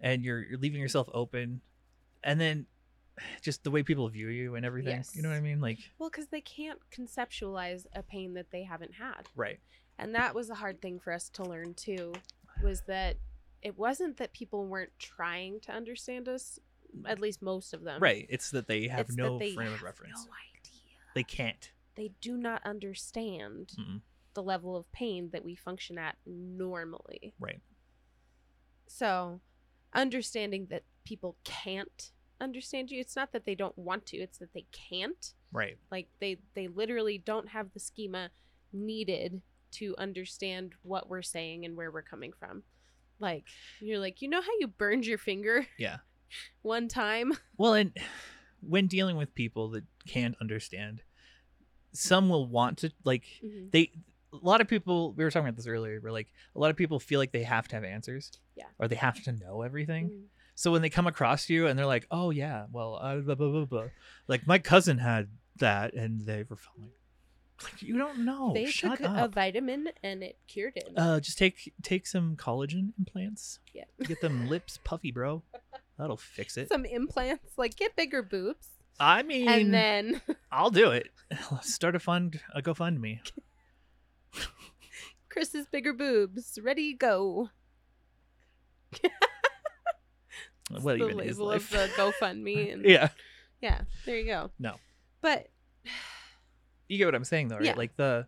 Speaker 2: and you're, you're leaving yourself open, and then just the way people view you and everything. You know what I
Speaker 1: Yes.
Speaker 2: mean? Like,
Speaker 1: Well, because they can't conceptualize a pain that they haven't had.
Speaker 2: right?
Speaker 1: And that was a hard thing for us to learn too, was that it wasn't that people weren't trying to understand us, at least most of them.
Speaker 2: Right. It's that they have
Speaker 1: Um, It's that
Speaker 2: no
Speaker 1: they
Speaker 2: frame
Speaker 1: have
Speaker 2: of reference.
Speaker 1: No idea.
Speaker 2: They can't.
Speaker 1: They do not understand
Speaker 2: Mm-mm.
Speaker 1: the level of pain that we function at normally.
Speaker 2: Right.
Speaker 1: So, understanding that people can't understand you, it's not that they don't want to, it's that they can't.
Speaker 2: Right.
Speaker 1: like they they literally don't have the schema needed to understand what we're saying and where we're coming from like you're like you know how you burned your finger
Speaker 2: Yeah.
Speaker 1: one time
Speaker 2: Well, and when dealing with people that can't understand, some will want to like they. A lot of people. We were talking about this earlier. We're like a lot of people feel like they have to have answers.
Speaker 1: Yeah.
Speaker 2: Or they have to know everything.
Speaker 1: Mhm.
Speaker 2: So when they come across you and they're like, "Oh yeah, well, uh, blah, blah, blah, blah. like my cousin had that," and they were feeling like, "You don't know.
Speaker 1: they
Speaker 2: Oh, Shut
Speaker 1: took a
Speaker 2: up.
Speaker 1: vitamin and it cured it
Speaker 2: uh, just take take some collagen implants.
Speaker 1: Yeah.
Speaker 2: Get them lips puffy, bro. That'll fix it.
Speaker 1: some implants like get bigger boobs
Speaker 2: I mean,
Speaker 1: and then
Speaker 2: I'll do it. Let's start a fund, a GoFundMe.
Speaker 1: chris's bigger boobs ready go
Speaker 2: What
Speaker 1: the
Speaker 2: even is
Speaker 1: label
Speaker 2: life?
Speaker 1: of the gofundme and
Speaker 2: yeah,
Speaker 1: yeah there you go
Speaker 2: No.
Speaker 1: but
Speaker 2: you get what I'm saying, though, right?
Speaker 1: Yeah.
Speaker 2: Like the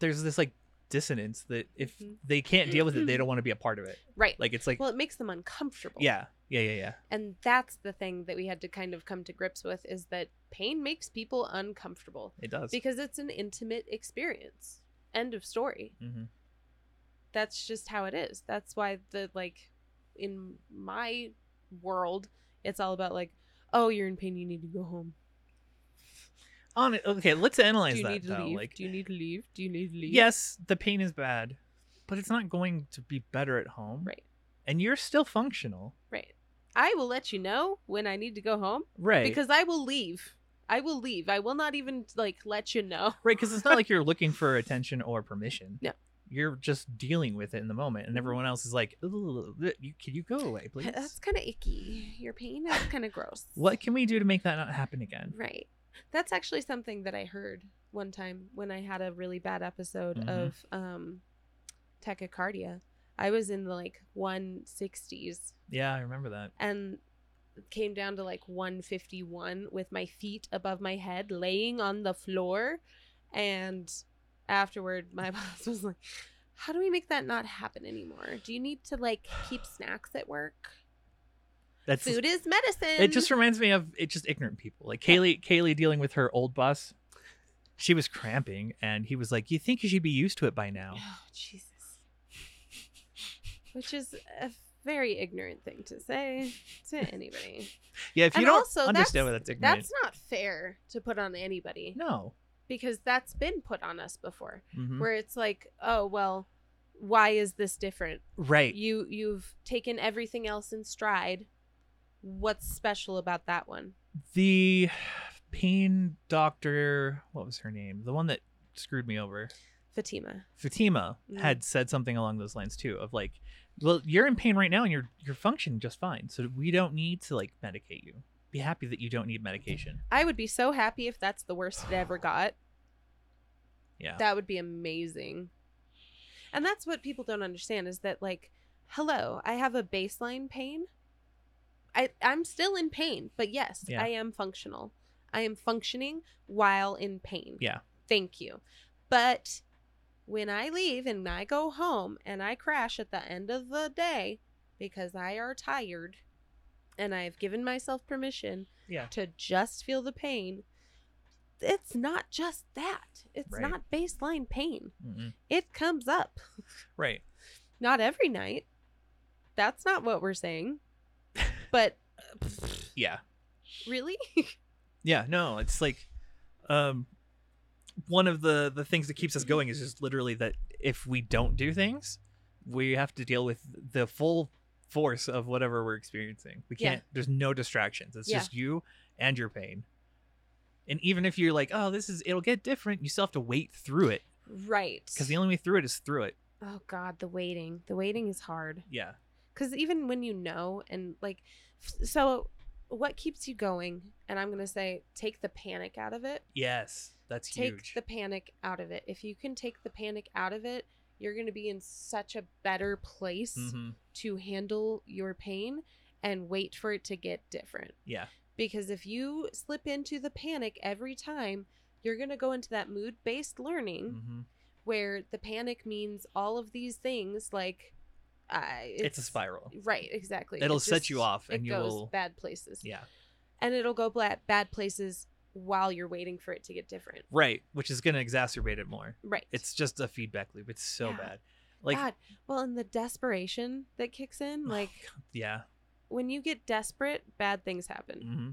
Speaker 2: there's this like dissonance that if
Speaker 1: Mhm.
Speaker 2: they can't deal with it, they don't want to be a part of it.
Speaker 1: right
Speaker 2: Like it's like,
Speaker 1: well it makes them uncomfortable
Speaker 2: yeah, yeah, yeah, yeah.
Speaker 1: and that's the thing that we had to kind of come to grips with is that pain makes people uncomfortable
Speaker 2: It does.
Speaker 1: because it's an intimate experience end of story
Speaker 2: hmm
Speaker 1: that's just how it is that's why the like in my world it's all about like oh you're in pain you need to go home
Speaker 2: On it. Okay, let's analyze
Speaker 1: do you
Speaker 2: that
Speaker 1: need to
Speaker 2: though.
Speaker 1: leave
Speaker 2: Like,
Speaker 1: do you need to leave do you need to leave
Speaker 2: yes, the pain is bad, but it's not going to be better at home,
Speaker 1: right
Speaker 2: And you're still functional,
Speaker 1: right i will let you know when i need to go home
Speaker 2: right?
Speaker 1: because i will leave i will leave i will not even like let you know
Speaker 2: Right, because it's not like you're looking for attention or permission.
Speaker 1: No. Mm-hmm.
Speaker 2: You're just dealing with it in the moment, and everyone else is like, "Ooh, th- you- "Can you go away,
Speaker 1: that's
Speaker 2: please?
Speaker 1: kind of icky your pain is kind of gross
Speaker 2: What can we do to make that not happen again?"
Speaker 1: Right. That's actually something that I heard one time when I had a really bad episode
Speaker 2: Mhm.
Speaker 1: of um, tachycardia. I was in the like 160s
Speaker 2: Yeah, I remember that.
Speaker 1: and came down to like 151 with my feet above my head laying on the floor. And afterward, my boss was like, How do we make that not happen anymore? Do you need to like keep snacks at work?
Speaker 2: That's
Speaker 1: Food is medicine.
Speaker 2: it. Just reminds me of it. Just ignorant people like Kaylee. Kaylee dealing with her old boss. She was cramping, and he was like, "You think you should be used to it by now?"
Speaker 1: Oh, Jesus. Which is a very ignorant thing to say to anybody.
Speaker 2: Yeah, if you
Speaker 1: And
Speaker 2: don't
Speaker 1: also, that's-
Speaker 2: understand what that's ignorant,
Speaker 1: That's not fair to put on anybody
Speaker 2: no.
Speaker 1: because that's been put on us before
Speaker 2: Mhm.
Speaker 1: where it's like, "Oh, well, why is this different?
Speaker 2: Right.
Speaker 1: You you've taken everything else in stride. What's special about that one?"
Speaker 2: The pain doctor, what was her name? The one that screwed me over.
Speaker 1: Fatima.
Speaker 2: Fatima
Speaker 1: Mhm.
Speaker 2: had said something along those lines too of like, well, you're in pain right now and you're you're functioning just fine. So we don't need to like medicate you. Be happy that you don't need medication.
Speaker 1: I would be so happy if that's the worst it ever got.
Speaker 2: Yeah.
Speaker 1: That would be amazing. And that's what people don't understand is that like, hello, I have a baseline pain. I I'm still in pain, but yes,
Speaker 2: Yeah.
Speaker 1: I am functional. I am functioning while in pain.
Speaker 2: Yeah.
Speaker 1: Thank you. But when I leave and I go home and I crash at the end of the day because I are tired and I've given myself permission
Speaker 2: Yeah.
Speaker 1: to just feel the pain, it's not just that. It's
Speaker 2: Right.
Speaker 1: not baseline pain.
Speaker 2: Mm-mm.
Speaker 1: It comes up.
Speaker 2: Right.
Speaker 1: Not every night. That's not what we're saying. But uh, pfft,
Speaker 2: Yeah.
Speaker 1: really?
Speaker 2: Yeah. No, it's like, um, one of the the things that keeps us going is just literally that if we don't do things, we have to deal with the full force of whatever we're experiencing. We
Speaker 1: Yeah.
Speaker 2: can't. There's no distractions. It's
Speaker 1: Yeah.
Speaker 2: just you and your pain. And even if you're like, oh, this is it'll get different, you still have to wait through it
Speaker 1: Right.
Speaker 2: because the only way through it is through it.
Speaker 1: oh god, the waiting. The waiting is hard.
Speaker 2: Yeah.
Speaker 1: because even when you know and like f- so what keeps you going and i'm going to say take the panic out of it
Speaker 2: Yes. That's
Speaker 1: take
Speaker 2: huge.
Speaker 1: the panic out of it if you can take the panic out of it you're going to be in such a better place
Speaker 2: hmm
Speaker 1: to handle your pain and wait for it to get different
Speaker 2: Yeah.
Speaker 1: because if you slip into the panic every time you're going to go into that mood based learning
Speaker 2: hmm
Speaker 1: where the panic means all of these things like uh,
Speaker 2: It's, a spiral.
Speaker 1: Right, exactly.
Speaker 2: It'll
Speaker 1: It
Speaker 2: set you
Speaker 1: just-
Speaker 2: off
Speaker 1: It
Speaker 2: and you
Speaker 1: goes
Speaker 2: will.
Speaker 1: bad places.
Speaker 2: Yeah.
Speaker 1: And it'll go bla- bad places while you're waiting for it to get different.
Speaker 2: Right. Which is going to exacerbate it more.
Speaker 1: Right.
Speaker 2: It's just a feedback loop. It's so
Speaker 1: Yeah.
Speaker 2: bad. Like,
Speaker 1: God. Well, and the desperation that kicks in,
Speaker 2: Oh,
Speaker 1: like
Speaker 2: yeah.
Speaker 1: when you get desperate, bad things happen.
Speaker 2: hmm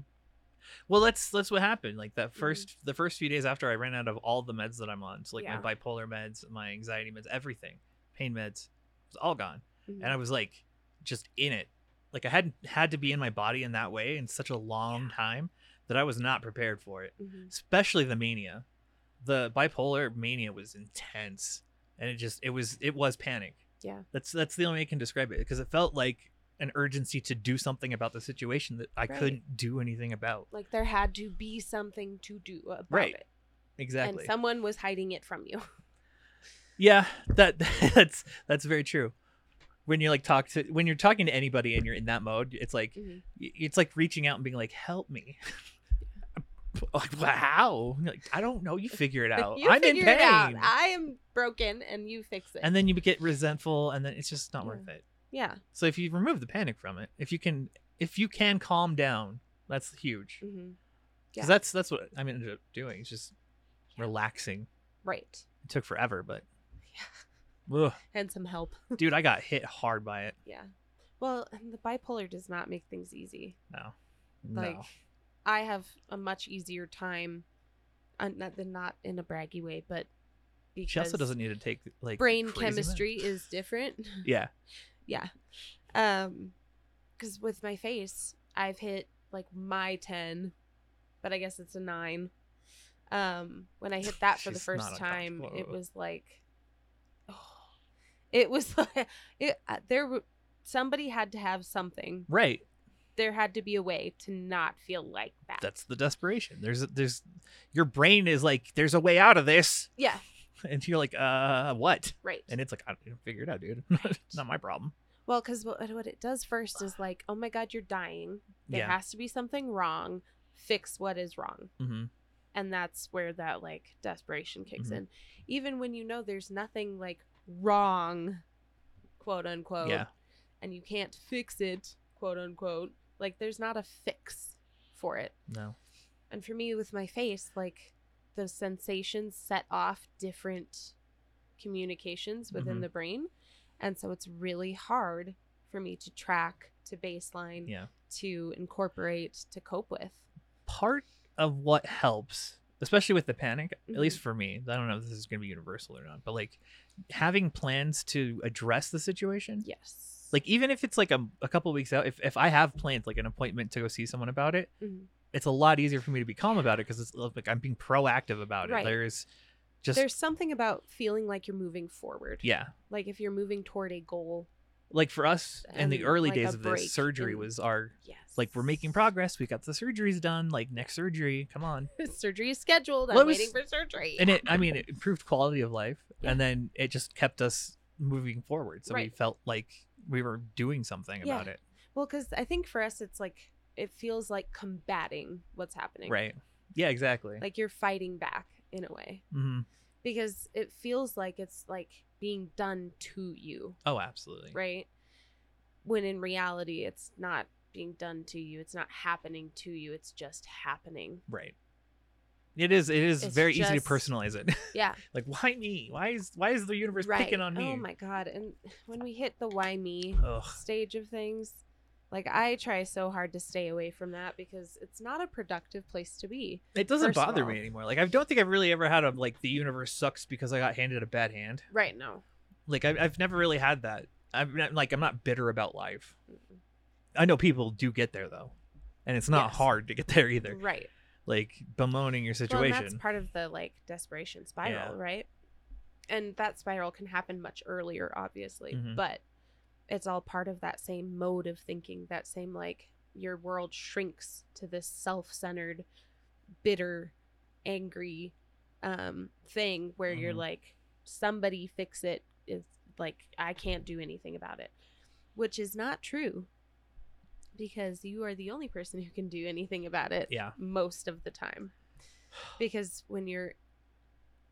Speaker 2: Well, that's that's what happened. Like
Speaker 1: Mm-hmm.
Speaker 2: that 1st the first few days after I ran out of all the meds that I'm on, so like
Speaker 1: Yeah.
Speaker 2: my bipolar meds, my anxiety meds, everything, pain meds, it was all gone,
Speaker 1: Mhm.
Speaker 2: and I was like, just in it. Like I hadn't had to be in my body in that way in such a long time that I was not prepared for it.
Speaker 1: Mhm.
Speaker 2: Especially the mania, the bipolar mania was intense, and it just it was it was panic.
Speaker 1: Yeah.
Speaker 2: That's that's the only way I can describe it because it felt like an urgency to do something about the situation that I
Speaker 1: Right.
Speaker 2: couldn't do anything about.
Speaker 1: Like there had to be something to do about
Speaker 2: Right,
Speaker 1: it,
Speaker 2: Exactly.
Speaker 1: and someone was hiding it from you.
Speaker 2: yeah, that that's that's very true. When you like talk to when you're talking to anybody and you're in that mode, it's like
Speaker 1: Mhm.
Speaker 2: y- it's like reaching out and being like, "Help me." like how? You're Like I don't know. You figure it out.
Speaker 1: you
Speaker 2: I'm in
Speaker 1: figure
Speaker 2: pain.
Speaker 1: it out. I am broken, and you fix it.
Speaker 2: and then you get resentful, and then it's just not
Speaker 1: Yeah.
Speaker 2: worth it.
Speaker 1: yeah.
Speaker 2: So if you remove the panic from it, if you can, if you can calm down, that's huge.
Speaker 1: hmm Yeah.
Speaker 2: Because that's that's what I ended up doing. It's just
Speaker 1: Yeah.
Speaker 2: relaxing.
Speaker 1: Right.
Speaker 2: It took forever, but
Speaker 1: Yeah.
Speaker 2: Ugh.
Speaker 1: And some help.
Speaker 2: dude, I got hit hard by it.
Speaker 1: Yeah. Well, and the bipolar does not make things easy.
Speaker 2: No,
Speaker 1: Like,
Speaker 2: no,
Speaker 1: I have a much easier time, uh, not, than not in a braggy way, but because
Speaker 2: she also doesn't need to take like
Speaker 1: brain
Speaker 2: crazy meds.
Speaker 1: chemistry is different.
Speaker 2: Yeah,
Speaker 1: yeah. Um, because with my face, I've hit like my 10, but I guess it's a nine. Um, when I hit that for the
Speaker 2: She's
Speaker 1: first
Speaker 2: not
Speaker 1: time, it
Speaker 2: uncomfortable.
Speaker 1: was like, oh, it was like, it, uh, there, w- somebody had to have something
Speaker 2: right.
Speaker 1: there had to be a way to not feel like that.
Speaker 2: That's the desperation. There's there's your brain is like there's a way out of this,
Speaker 1: yeah,
Speaker 2: and you're like, uh, what?
Speaker 1: right.
Speaker 2: And it's like I don't figure it out, dude. it's not my problem.
Speaker 1: well, because what, what it does first is like, oh my God, you're dying. There
Speaker 2: yeah.
Speaker 1: has to be something wrong. Fix what is wrong.
Speaker 2: hmm
Speaker 1: And that's where that like desperation kicks
Speaker 2: Mhm.
Speaker 1: in. Even when you know there's nothing like wrong, quote unquote,
Speaker 2: Yeah.
Speaker 1: and you can't fix it, quote unquote, like there's not a fix for it.
Speaker 2: No.
Speaker 1: And for me, with my face, like the sensations set off different communications within
Speaker 2: Mhm.
Speaker 1: the brain. And so it's really hard for me to track, to baseline,
Speaker 2: Yeah.
Speaker 1: to incorporate, to cope with.
Speaker 2: Part of what helps, especially with the panic,
Speaker 1: Mhm.
Speaker 2: at least for me, I don't know if this is gonna be universal or not, but like having plans to address the situation.
Speaker 1: Yes.
Speaker 2: like even if it's like a, a couple weeks out if, if i have plans like an appointment to go see someone about it
Speaker 1: Mhm.
Speaker 2: it's a lot easier for me to be calm about it because it's like i'm being proactive about it
Speaker 1: Right.
Speaker 2: there's just
Speaker 1: there's something about feeling like you're moving forward.
Speaker 2: yeah
Speaker 1: Like if you're moving toward a goal.
Speaker 2: like for us in the
Speaker 1: And,
Speaker 2: early
Speaker 1: like,
Speaker 2: days
Speaker 1: a
Speaker 2: of
Speaker 1: break
Speaker 2: this surgery
Speaker 1: in-
Speaker 2: was our
Speaker 1: Yes.
Speaker 2: like we're making progress we got the surgeries done like next surgery come on
Speaker 1: surgery is scheduled. I'm
Speaker 2: Well, it was-
Speaker 1: waiting for surgery.
Speaker 2: and it i mean it improved quality of life
Speaker 1: Yeah.
Speaker 2: and then it just kept us moving forward so we
Speaker 1: Right.
Speaker 2: felt like we were doing something
Speaker 1: Yeah.
Speaker 2: about it
Speaker 1: well, because I think for us, it's like it feels like combating what's happening.
Speaker 2: right yeah exactly
Speaker 1: Like you're fighting back in a way.
Speaker 2: hmm
Speaker 1: because it feels like it's like being done to you,
Speaker 2: oh absolutely
Speaker 1: right? When in reality, it's not being done to you. It's not happening to you. It's just happening.
Speaker 2: Right. It is. It is
Speaker 1: It's
Speaker 2: very easy to
Speaker 1: just-
Speaker 2: personalize it.
Speaker 1: Yeah.
Speaker 2: like, why me? Why is why is the universe
Speaker 1: right.
Speaker 2: picking on me?
Speaker 1: Oh my god! And when we hit the why me
Speaker 2: Ugh.
Speaker 1: stage of things, like I try so hard to stay away from that because it's not a productive place to be.
Speaker 2: It doesn't
Speaker 1: First of
Speaker 2: bother
Speaker 1: all-
Speaker 2: me anymore. Like, I don't think I've really ever had a like the universe sucks because I got handed a bad hand.
Speaker 1: Right? No.
Speaker 2: Like I, I've never really had that. I'm not, like I'm not bitter about life. I know people do get there though, and it's not
Speaker 1: Yes.
Speaker 2: hard to get there either.
Speaker 1: Right.
Speaker 2: Like bemoaning your
Speaker 1: Well, and that's
Speaker 2: situation.
Speaker 1: part of the like desperation spiral,
Speaker 2: Yeah.
Speaker 1: right? And that spiral can happen much earlier, obviously,
Speaker 2: Mhm.
Speaker 1: but it's all part of that same mode of thinking, that same like your world shrinks to this self-centered, bitter, angry um thing where you're
Speaker 2: Mhm.
Speaker 1: like somebody fix it is like I can't do anything about it, which is not true because you are the only person who can do anything about it
Speaker 2: yeah.
Speaker 1: most of the time because when you're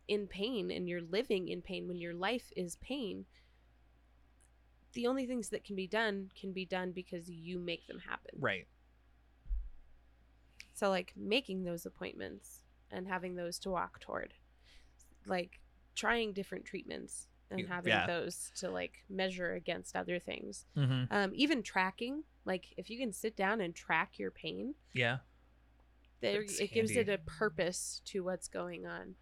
Speaker 1: in pain and you're living in pain when your life is pain the only things that can be done can be done because you make them happen
Speaker 2: Right.
Speaker 1: so like making those appointments and having those to walk toward like trying different treatments and
Speaker 2: You-
Speaker 1: having
Speaker 2: yeah.
Speaker 1: those to like measure against other things
Speaker 2: hmm
Speaker 1: um even tracking like if you can sit down and track your pain
Speaker 2: Yeah.
Speaker 1: there
Speaker 2: That's
Speaker 1: it gives it
Speaker 2: handy.
Speaker 1: a purpose to what's going on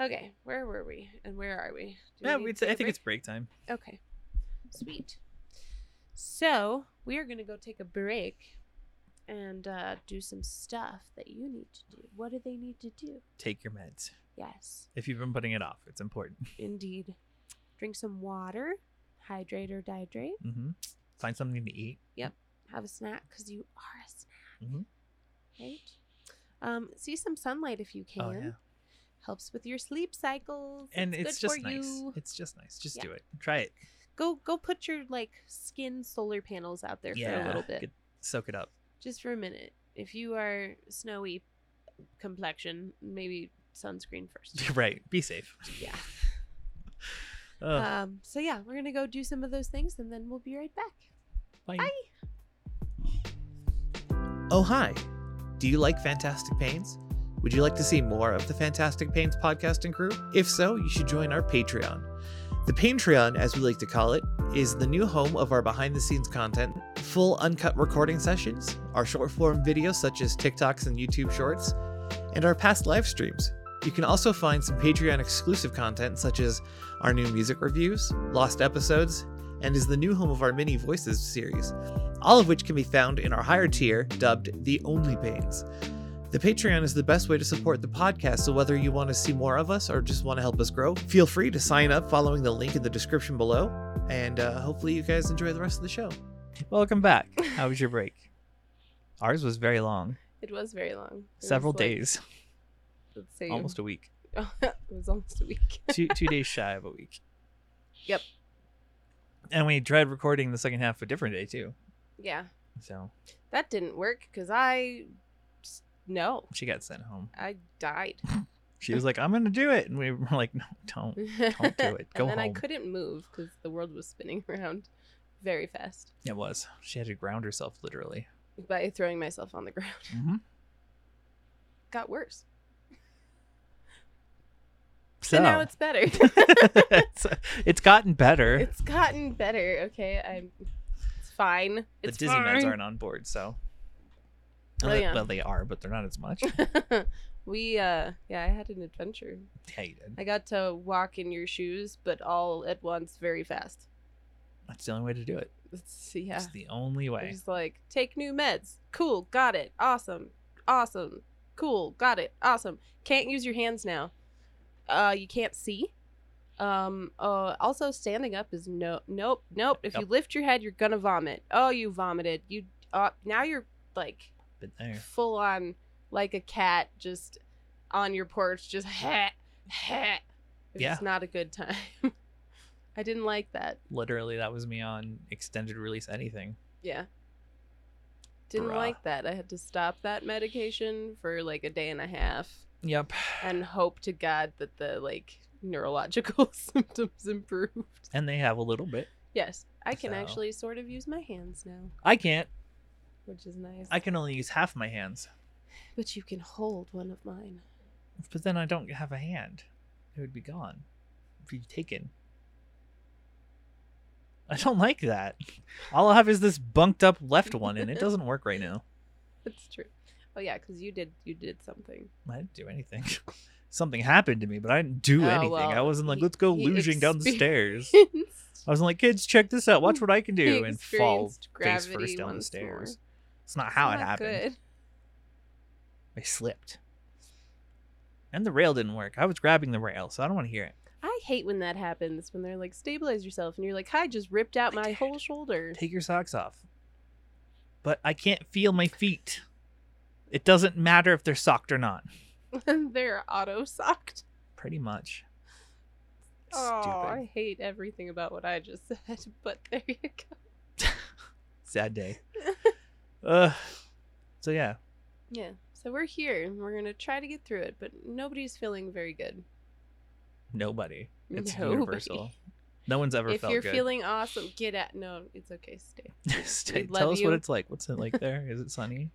Speaker 1: okay where were we and where are we Do we
Speaker 2: yeah.
Speaker 1: need
Speaker 2: It's,
Speaker 1: to
Speaker 2: I
Speaker 1: take a
Speaker 2: think it's break time.
Speaker 1: break? okay sweet so we are gonna go take a break and uh, do some stuff that you need to do what do they need to do
Speaker 2: Take your meds
Speaker 1: yes
Speaker 2: if you've been putting it off. It's important.
Speaker 1: indeed drink some water hydrate or dihydrate
Speaker 2: hmm Find something to eat.
Speaker 1: have a snack because you are a snack
Speaker 2: Mhm.
Speaker 1: right um see some sunlight if you can
Speaker 2: Oh, yeah.
Speaker 1: helps with your sleep cycles
Speaker 2: And it's,
Speaker 1: good
Speaker 2: just
Speaker 1: for
Speaker 2: nice.
Speaker 1: you
Speaker 2: It's just nice. Just
Speaker 1: Yeah.
Speaker 2: do it. Try it.
Speaker 1: go go put your like skin solar panels out there for a little bit
Speaker 2: Get- soak it up.
Speaker 1: just for a minute if you are snowy complexion maybe sunscreen first
Speaker 2: right. Be safe.
Speaker 1: yeah
Speaker 2: Ugh,
Speaker 1: um so yeah we're gonna go do some of those things and then we'll be right back
Speaker 2: bye. Oh, hi. Do you like Fantastic Pains? Would you like to see more of the Fantastic Pains podcast and crew? If so, you should join our Patreon. The Patreon, as we like to call it, is the new home of our behind the scenes content, full uncut recording sessions, our short form videos such as TikToks and YouTube Shorts, and our past live streams. You can also find some Patreon exclusive content such as our new music reviews, lost episodes, and is the new home of our mini voices series all of which can be found in our higher tier dubbed The Only Pains. The Patreon is the best way to support the podcast, so whether you want to see more of us or just want to help us grow, feel free to sign up following the link in the description below, and uh, hopefully you guys enjoy the rest of the show. Welcome back. How was your break? Ours was very long,
Speaker 1: it was very long It was,
Speaker 2: several
Speaker 1: like,
Speaker 2: days,
Speaker 1: let's see
Speaker 2: almost a week,
Speaker 1: it was almost a week
Speaker 2: two two days shy of a week.
Speaker 1: Yep.
Speaker 2: And we tried recording the second half a different day too,
Speaker 1: yeah
Speaker 2: so
Speaker 1: that didn't work because I s- no,
Speaker 2: she got sent home.
Speaker 1: I died.
Speaker 2: She was like, "I'm gonna do it," and we were like, "No, don't."
Speaker 1: Don't
Speaker 2: do it. Go
Speaker 1: and then I
Speaker 2: home.
Speaker 1: couldn't move because the world was spinning around very fast
Speaker 2: It was. She had to ground herself literally.
Speaker 1: by throwing myself on the ground.
Speaker 2: Mm-hmm.
Speaker 1: Got worse.
Speaker 2: So,
Speaker 1: So now it's better.
Speaker 2: it's, it's gotten better.
Speaker 1: it's gotten better. Okay, I'm. It's fine.
Speaker 2: the
Speaker 1: It's
Speaker 2: Disney meds aren't on board, so.
Speaker 1: Oh,
Speaker 2: Well,
Speaker 1: yeah.
Speaker 2: well, they are, but they're not as much.
Speaker 1: aren't. we uh yeah, I had an adventure.
Speaker 2: yeah, you did.
Speaker 1: I got to walk in your shoes, but all at once, very fast.
Speaker 2: That's the only way to do it.
Speaker 1: It's, yeah.
Speaker 2: It's the only
Speaker 1: They're
Speaker 2: way.
Speaker 1: just like, take new meds. Cool, got it. Awesome. Awesome. Cool, got it. Awesome. Can't use your hands now. Uh you can't see. Um uh also standing up is no nope, nope. If you
Speaker 2: Yep.
Speaker 1: lift your head, you're gonna vomit. Oh, you vomited. You uh, now you're like
Speaker 2: Been there.
Speaker 1: full on like a cat just on your porch just heh heh. It
Speaker 2: Yeah.
Speaker 1: was not a good time. I didn't like that.
Speaker 2: Literally, that was me on extended release anything.
Speaker 1: Yeah. Didn't
Speaker 2: Bruh.
Speaker 1: like that. I had to stop that medication for like a day and a half
Speaker 2: Yep.
Speaker 1: and hope to God that the like neurological symptoms improved.
Speaker 2: And they have a little bit.
Speaker 1: Yes, I can
Speaker 2: So.
Speaker 1: actually sort of use my hands now,
Speaker 2: I can't.
Speaker 1: which is nice.
Speaker 2: I can only use half my hands,
Speaker 1: But you can hold one of mine.
Speaker 2: but then I don't have a hand. It would be gone. Be taken. I don't like that. All I have is this bunked up left one, and it doesn't work right now.
Speaker 1: That's true. Oh yeah, because you did you did something.
Speaker 2: I didn't do anything. something happened to me, but I didn't do
Speaker 1: Oh,
Speaker 2: anything.
Speaker 1: well,
Speaker 2: I wasn't like,
Speaker 1: he-
Speaker 2: let's go
Speaker 1: he
Speaker 2: luging down the
Speaker 1: experienced-
Speaker 2: stairs. I wasn't like, kids, check this out. Watch what I can do, and fall
Speaker 1: experienced
Speaker 2: face
Speaker 1: gravity
Speaker 2: first down the
Speaker 1: once
Speaker 2: stairs.
Speaker 1: more.
Speaker 2: It's not how
Speaker 1: It's
Speaker 2: it
Speaker 1: not
Speaker 2: happened.
Speaker 1: good.
Speaker 2: I slipped, and the rail didn't work. I was grabbing the rail, so I don't want to hear it.
Speaker 1: I hate when that happens when they're like stabilize yourself and you're like, I just ripped out
Speaker 2: I
Speaker 1: my
Speaker 2: did.
Speaker 1: whole shoulder.
Speaker 2: Take your socks off. But I can't feel my feet. It doesn't matter if they're socked or not.
Speaker 1: they're auto socked.
Speaker 2: Pretty much.
Speaker 1: Oh,
Speaker 2: Stupid.
Speaker 1: I hate everything about what I just said, but there you go.
Speaker 2: Sad day. Ugh. So yeah,
Speaker 1: Yeah. So we're here and we're gonna try to get through it, but nobody's feeling very good.
Speaker 2: nobody. It's
Speaker 1: Nobody.
Speaker 2: universal. No one's ever
Speaker 1: If
Speaker 2: felt
Speaker 1: you're
Speaker 2: good.
Speaker 1: feeling awesome, get out. No, it's okay. Stay.
Speaker 2: Stay-
Speaker 1: we
Speaker 2: tell
Speaker 1: love
Speaker 2: us what
Speaker 1: you.
Speaker 2: it's like. What's it like there? Is it sunny?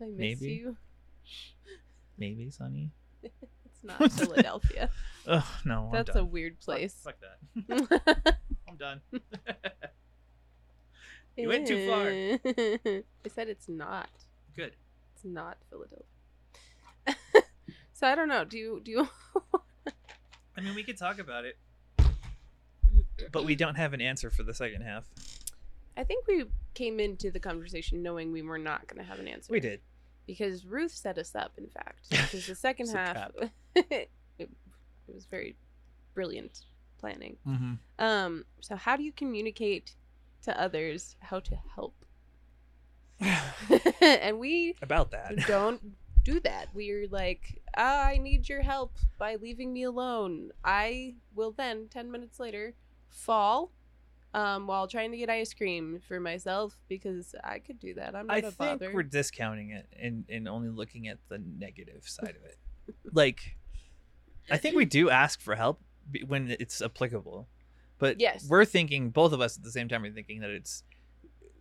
Speaker 1: I miss
Speaker 2: Maybe.
Speaker 1: you.
Speaker 2: Maybe sunny.
Speaker 1: It's not Philadelphia.
Speaker 2: Ugh, no.
Speaker 1: That's
Speaker 2: I'm done.
Speaker 1: a weird place.
Speaker 2: Fuck, fuck that. I'm done. You went too far.
Speaker 1: I said it's not.
Speaker 2: good.
Speaker 1: It's not Philadelphia. so I don't know. Do you do you
Speaker 2: I mean, we could talk about it, but we don't have an answer for the second half.
Speaker 1: I think we came into the conversation knowing we were not going to have an answer.
Speaker 2: We did.
Speaker 1: because Ruth set us up. In fact, because the second
Speaker 2: It's a
Speaker 1: half, it, it was very brilliant planning.
Speaker 2: Mm-hmm.
Speaker 1: Um, so how do you communicate to others how to help? and we
Speaker 2: about that.
Speaker 1: don't do that. We're like, I need your help by leaving me alone. I will then, 10 minutes later, fall um, while trying to get ice cream for myself because I could do that. I'm not
Speaker 2: I
Speaker 1: a
Speaker 2: think
Speaker 1: bother.
Speaker 2: we're discounting it and, and only looking at the negative side of it. like, I think we do ask for help b- when it's applicable, but
Speaker 1: Yes.
Speaker 2: we're thinking both of us at the same time are thinking that it's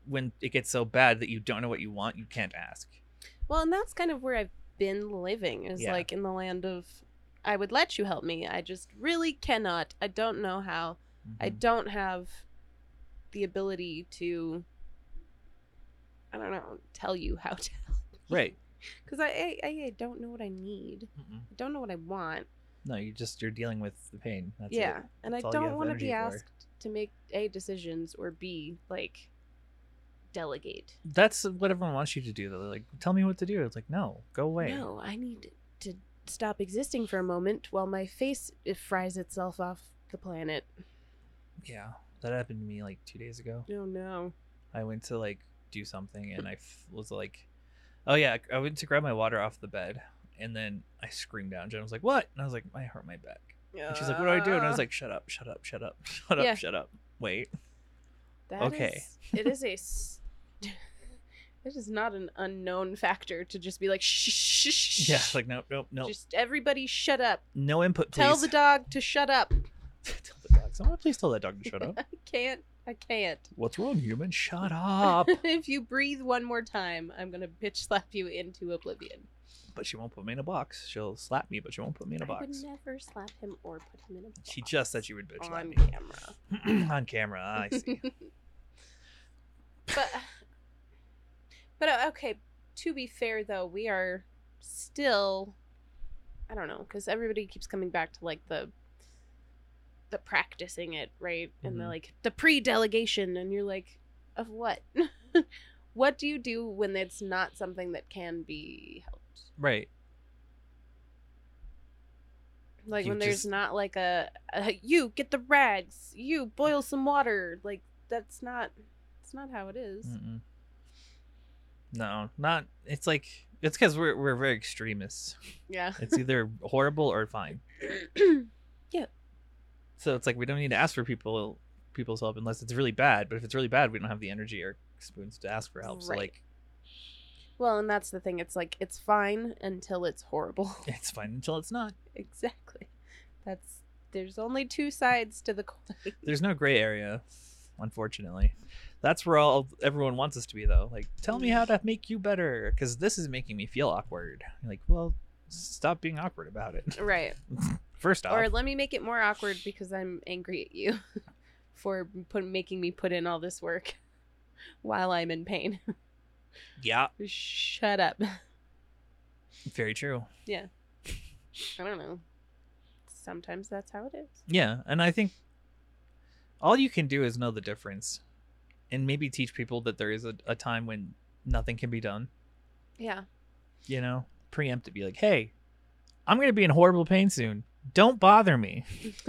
Speaker 2: when it gets so bad that you don't know what you want, you can't ask.
Speaker 1: Well, and that's kind of where I've been living is
Speaker 2: Yeah.
Speaker 1: like in the land of I would let you help me. I just really cannot. I don't know how. I
Speaker 2: Mhm.
Speaker 1: don't have the ability to I don't know, tell you how to
Speaker 2: right.
Speaker 1: Because I, I, I don't know what I need.
Speaker 2: Mm-mm.
Speaker 1: I don't know what I want.
Speaker 2: No, you just you're dealing with the pain. That's it.
Speaker 1: yeah. And
Speaker 2: That's
Speaker 1: I
Speaker 2: all you have
Speaker 1: don't
Speaker 2: the
Speaker 1: want to
Speaker 2: energy
Speaker 1: be
Speaker 2: for.
Speaker 1: asked to make A, decisions, or B, like, delegate.
Speaker 2: That's what everyone wants you to do. Though. They're like, tell me what to do. It's like, no, go away.
Speaker 1: No, I need to stop existing for a moment while my face it fries itself off the planet.
Speaker 2: Yeah, that happened to me like two days ago.
Speaker 1: Oh, no.
Speaker 2: I went to like do something and I f- was like, oh yeah, I went to grab my water off the bed and then I screamed out. And Jen was like, what? And I was like, I hurt my back. And she's like, what do I do? And I was like, shut up, shut up, shut up, shut up,
Speaker 1: Yeah.
Speaker 2: shut up. Wait.
Speaker 1: That
Speaker 2: okay.
Speaker 1: is- it is a. s- it is not an unknown factor to just be like, shh, shh, shh.
Speaker 2: Yeah.
Speaker 1: shh.
Speaker 2: Like, nope, nope, nope.
Speaker 1: Just everybody shut up.
Speaker 2: no input, please.
Speaker 1: Tell the dog to shut up.
Speaker 2: Tell the dog. Someone please tell that dog to shut up.
Speaker 1: I can't. I can't.
Speaker 2: What's wrong, human? Shut up.
Speaker 1: if you breathe one more time, I'm gonna bitch slap you into oblivion.
Speaker 2: but she won't put me in a box. She'll slap me, but she won't put me in a
Speaker 1: I would
Speaker 2: box.
Speaker 1: never slap him or put him in a box.
Speaker 2: She just said she would bitch slap
Speaker 1: on
Speaker 2: me.
Speaker 1: camera.
Speaker 2: on camera. I see.
Speaker 1: But but uh, okay. To be fair, though, we are still. I don't know because everybody keeps coming back to like the the practicing it right and the
Speaker 2: Mhm.
Speaker 1: like the pre-delegation and you're like of what what do you do when it's not something that can be helped
Speaker 2: right.
Speaker 1: like
Speaker 2: You
Speaker 1: when there's
Speaker 2: just-
Speaker 1: not like a, a you get the rags you boil some water like that's not that's not how it is.
Speaker 2: Mm-mm. No, not. It's like it's because we're we're very extremists.
Speaker 1: yeah
Speaker 2: It's either horrible or fine.
Speaker 1: Yeah.
Speaker 2: So it's like we don't need to ask for people people's help unless it's really bad. But if it's really bad, we don't have the energy or spoons to ask for help. So
Speaker 1: Right.
Speaker 2: like
Speaker 1: well and that's the thing it's like it's fine until it's horrible
Speaker 2: it's fine until it's not.
Speaker 1: exactly that's there's only two sides to the coin
Speaker 2: There's no gray area, unfortunately. That's where all everyone wants us to be though. Like tell me how to make you better because this is making me feel awkward. You're like well. Stop being awkward about it.
Speaker 1: right
Speaker 2: First off,
Speaker 1: or let me make it more awkward because i'm angry at you for put, making me put in all this work while i'm in pain
Speaker 2: yeah,
Speaker 1: shut up
Speaker 2: very true.
Speaker 1: I don't know. Sometimes that's how it is.
Speaker 2: Yeah, and I think all you can do is know the difference, and maybe teach people that there is a, a time when nothing can be done.
Speaker 1: Yeah.
Speaker 2: You know, preempt to be like, "Hey, I'm gonna be in horrible pain soon. Don't bother me.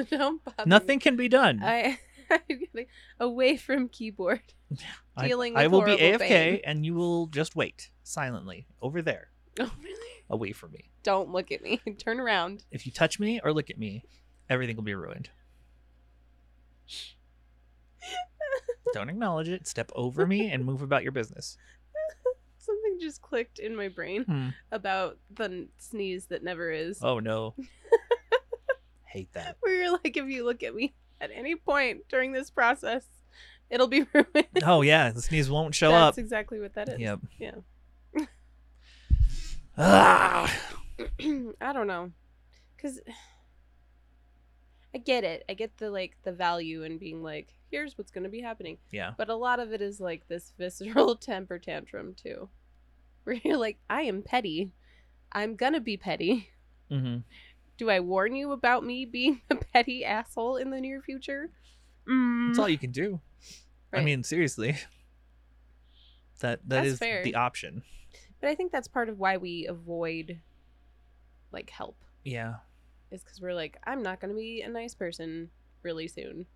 Speaker 1: don't bother. me.
Speaker 2: Nothing can be done.
Speaker 1: I I'm getting away from keyboard.
Speaker 2: I-
Speaker 1: dealing
Speaker 2: I
Speaker 1: with
Speaker 2: will be
Speaker 1: horrible
Speaker 2: AFK,
Speaker 1: pain.
Speaker 2: and you will just wait silently over there,
Speaker 1: Oh really?
Speaker 2: away from me.
Speaker 1: Don't look at me. Turn around.
Speaker 2: If you touch me or look at me, everything will be ruined. Don't acknowledge it. Step over me and move about your business.
Speaker 1: Something just clicked in my brain
Speaker 2: Hmm.
Speaker 1: about the n- sneeze that never is.
Speaker 2: Oh no. Hate that.
Speaker 1: We were like, if you look at me at any point during this process, it'll be ruined.
Speaker 2: Oh yeah, the sneeze won't show
Speaker 1: That's
Speaker 2: up.
Speaker 1: exactly what that is.
Speaker 2: Yep.
Speaker 1: Yeah.
Speaker 2: Ah!
Speaker 1: I don't know. Cuz I get it. I get the like the value in being like here's what's going to be happening.
Speaker 2: Yeah.
Speaker 1: But a lot of it is like this visceral temper tantrum too. Where you're like I am petty. I'm going to be petty.
Speaker 2: hmm
Speaker 1: Do I warn you about me being a petty asshole in the near future? Mm.
Speaker 2: That's all you can do. I
Speaker 1: Right.
Speaker 2: mean, seriously. That that
Speaker 1: That's
Speaker 2: is
Speaker 1: fair.
Speaker 2: the option.
Speaker 1: But I think that's part of why we avoid like help
Speaker 2: Yeah.
Speaker 1: is cuz we're like I'm not going to be a nice person really soon.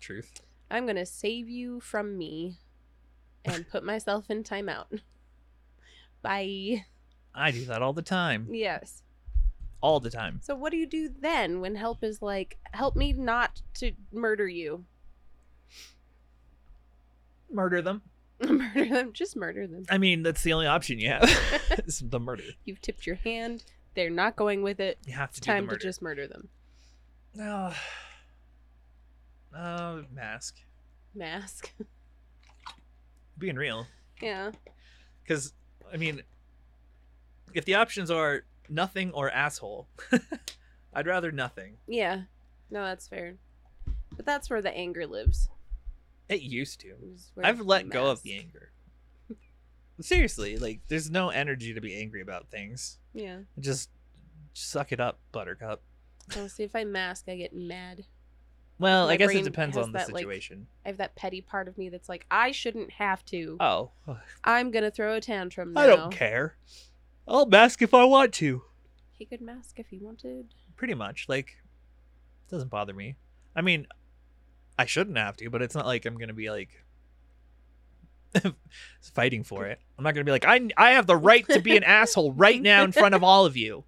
Speaker 2: Truth.
Speaker 1: I'm going to save you from me and put myself in timeout. Bye.
Speaker 2: I do that all the time.
Speaker 1: Yes.
Speaker 2: All the time.
Speaker 1: So what do you do then when help is like, help me not to murder you?
Speaker 2: Murder them.
Speaker 1: murder them. Just murder them.
Speaker 2: I mean, that's the only option you have. is the murder.
Speaker 1: You've tipped your hand. They're not going with it.
Speaker 2: You have to
Speaker 1: It's
Speaker 2: do the
Speaker 1: time to
Speaker 2: murder.
Speaker 1: just murder them.
Speaker 2: Oh. Oh, mask.
Speaker 1: Mask.
Speaker 2: Being real.
Speaker 1: yeah.
Speaker 2: Because, I mean, if the options are nothing or asshole, I'd rather nothing.
Speaker 1: Yeah. No, that's fair. But that's where the anger lives.
Speaker 2: It used to.
Speaker 1: is where
Speaker 2: I've let go of
Speaker 1: mask-
Speaker 2: the anger. Seriously, like, there's no energy to be angry about things.
Speaker 1: Yeah.
Speaker 2: Just suck it up, buttercup.
Speaker 1: So see if I mask, I get mad.
Speaker 2: Well,
Speaker 1: My
Speaker 2: I guess it
Speaker 1: brain
Speaker 2: depends
Speaker 1: has
Speaker 2: on the
Speaker 1: that, like-
Speaker 2: situation.
Speaker 1: I have that petty part of me that's like, I shouldn't have to.
Speaker 2: Oh.
Speaker 1: I'm gonna throw a tantrum now.
Speaker 2: I don't care. I'll mask if I want to.
Speaker 1: He could mask if he wanted.
Speaker 2: pretty much like it doesn't bother me i mean i shouldn't have to but it's not like i'm gonna be like fighting for it i'm not gonna be like i i have the right to be an asshole right now in front of all of you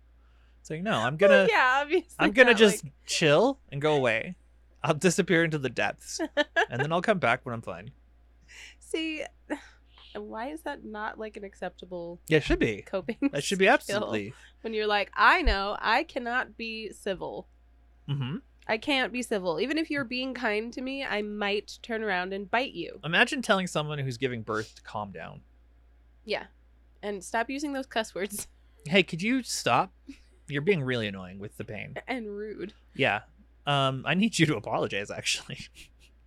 Speaker 2: it's like no i'm gonna
Speaker 1: Well, yeah, obviously.
Speaker 2: i'm gonna
Speaker 1: not,
Speaker 2: just
Speaker 1: like-
Speaker 2: chill and go away i'll disappear into the depths and then i'll come back when i'm fine
Speaker 1: see. Why is that not like an acceptable
Speaker 2: yeah it should be
Speaker 1: coping?
Speaker 2: that should be
Speaker 1: skill?
Speaker 2: absolutely
Speaker 1: When you're like, I know I cannot be civil.
Speaker 2: hmm
Speaker 1: I can't be civil. Even if you're
Speaker 2: Mm.
Speaker 1: being kind to me, I might turn around and bite you.
Speaker 2: imagine telling someone who's giving birth to calm down
Speaker 1: Yeah, and stop using those cuss words
Speaker 2: hey could you stop you're being really annoying with the pain
Speaker 1: and rude.
Speaker 2: Yeah. Um, I need you to apologize. Actually,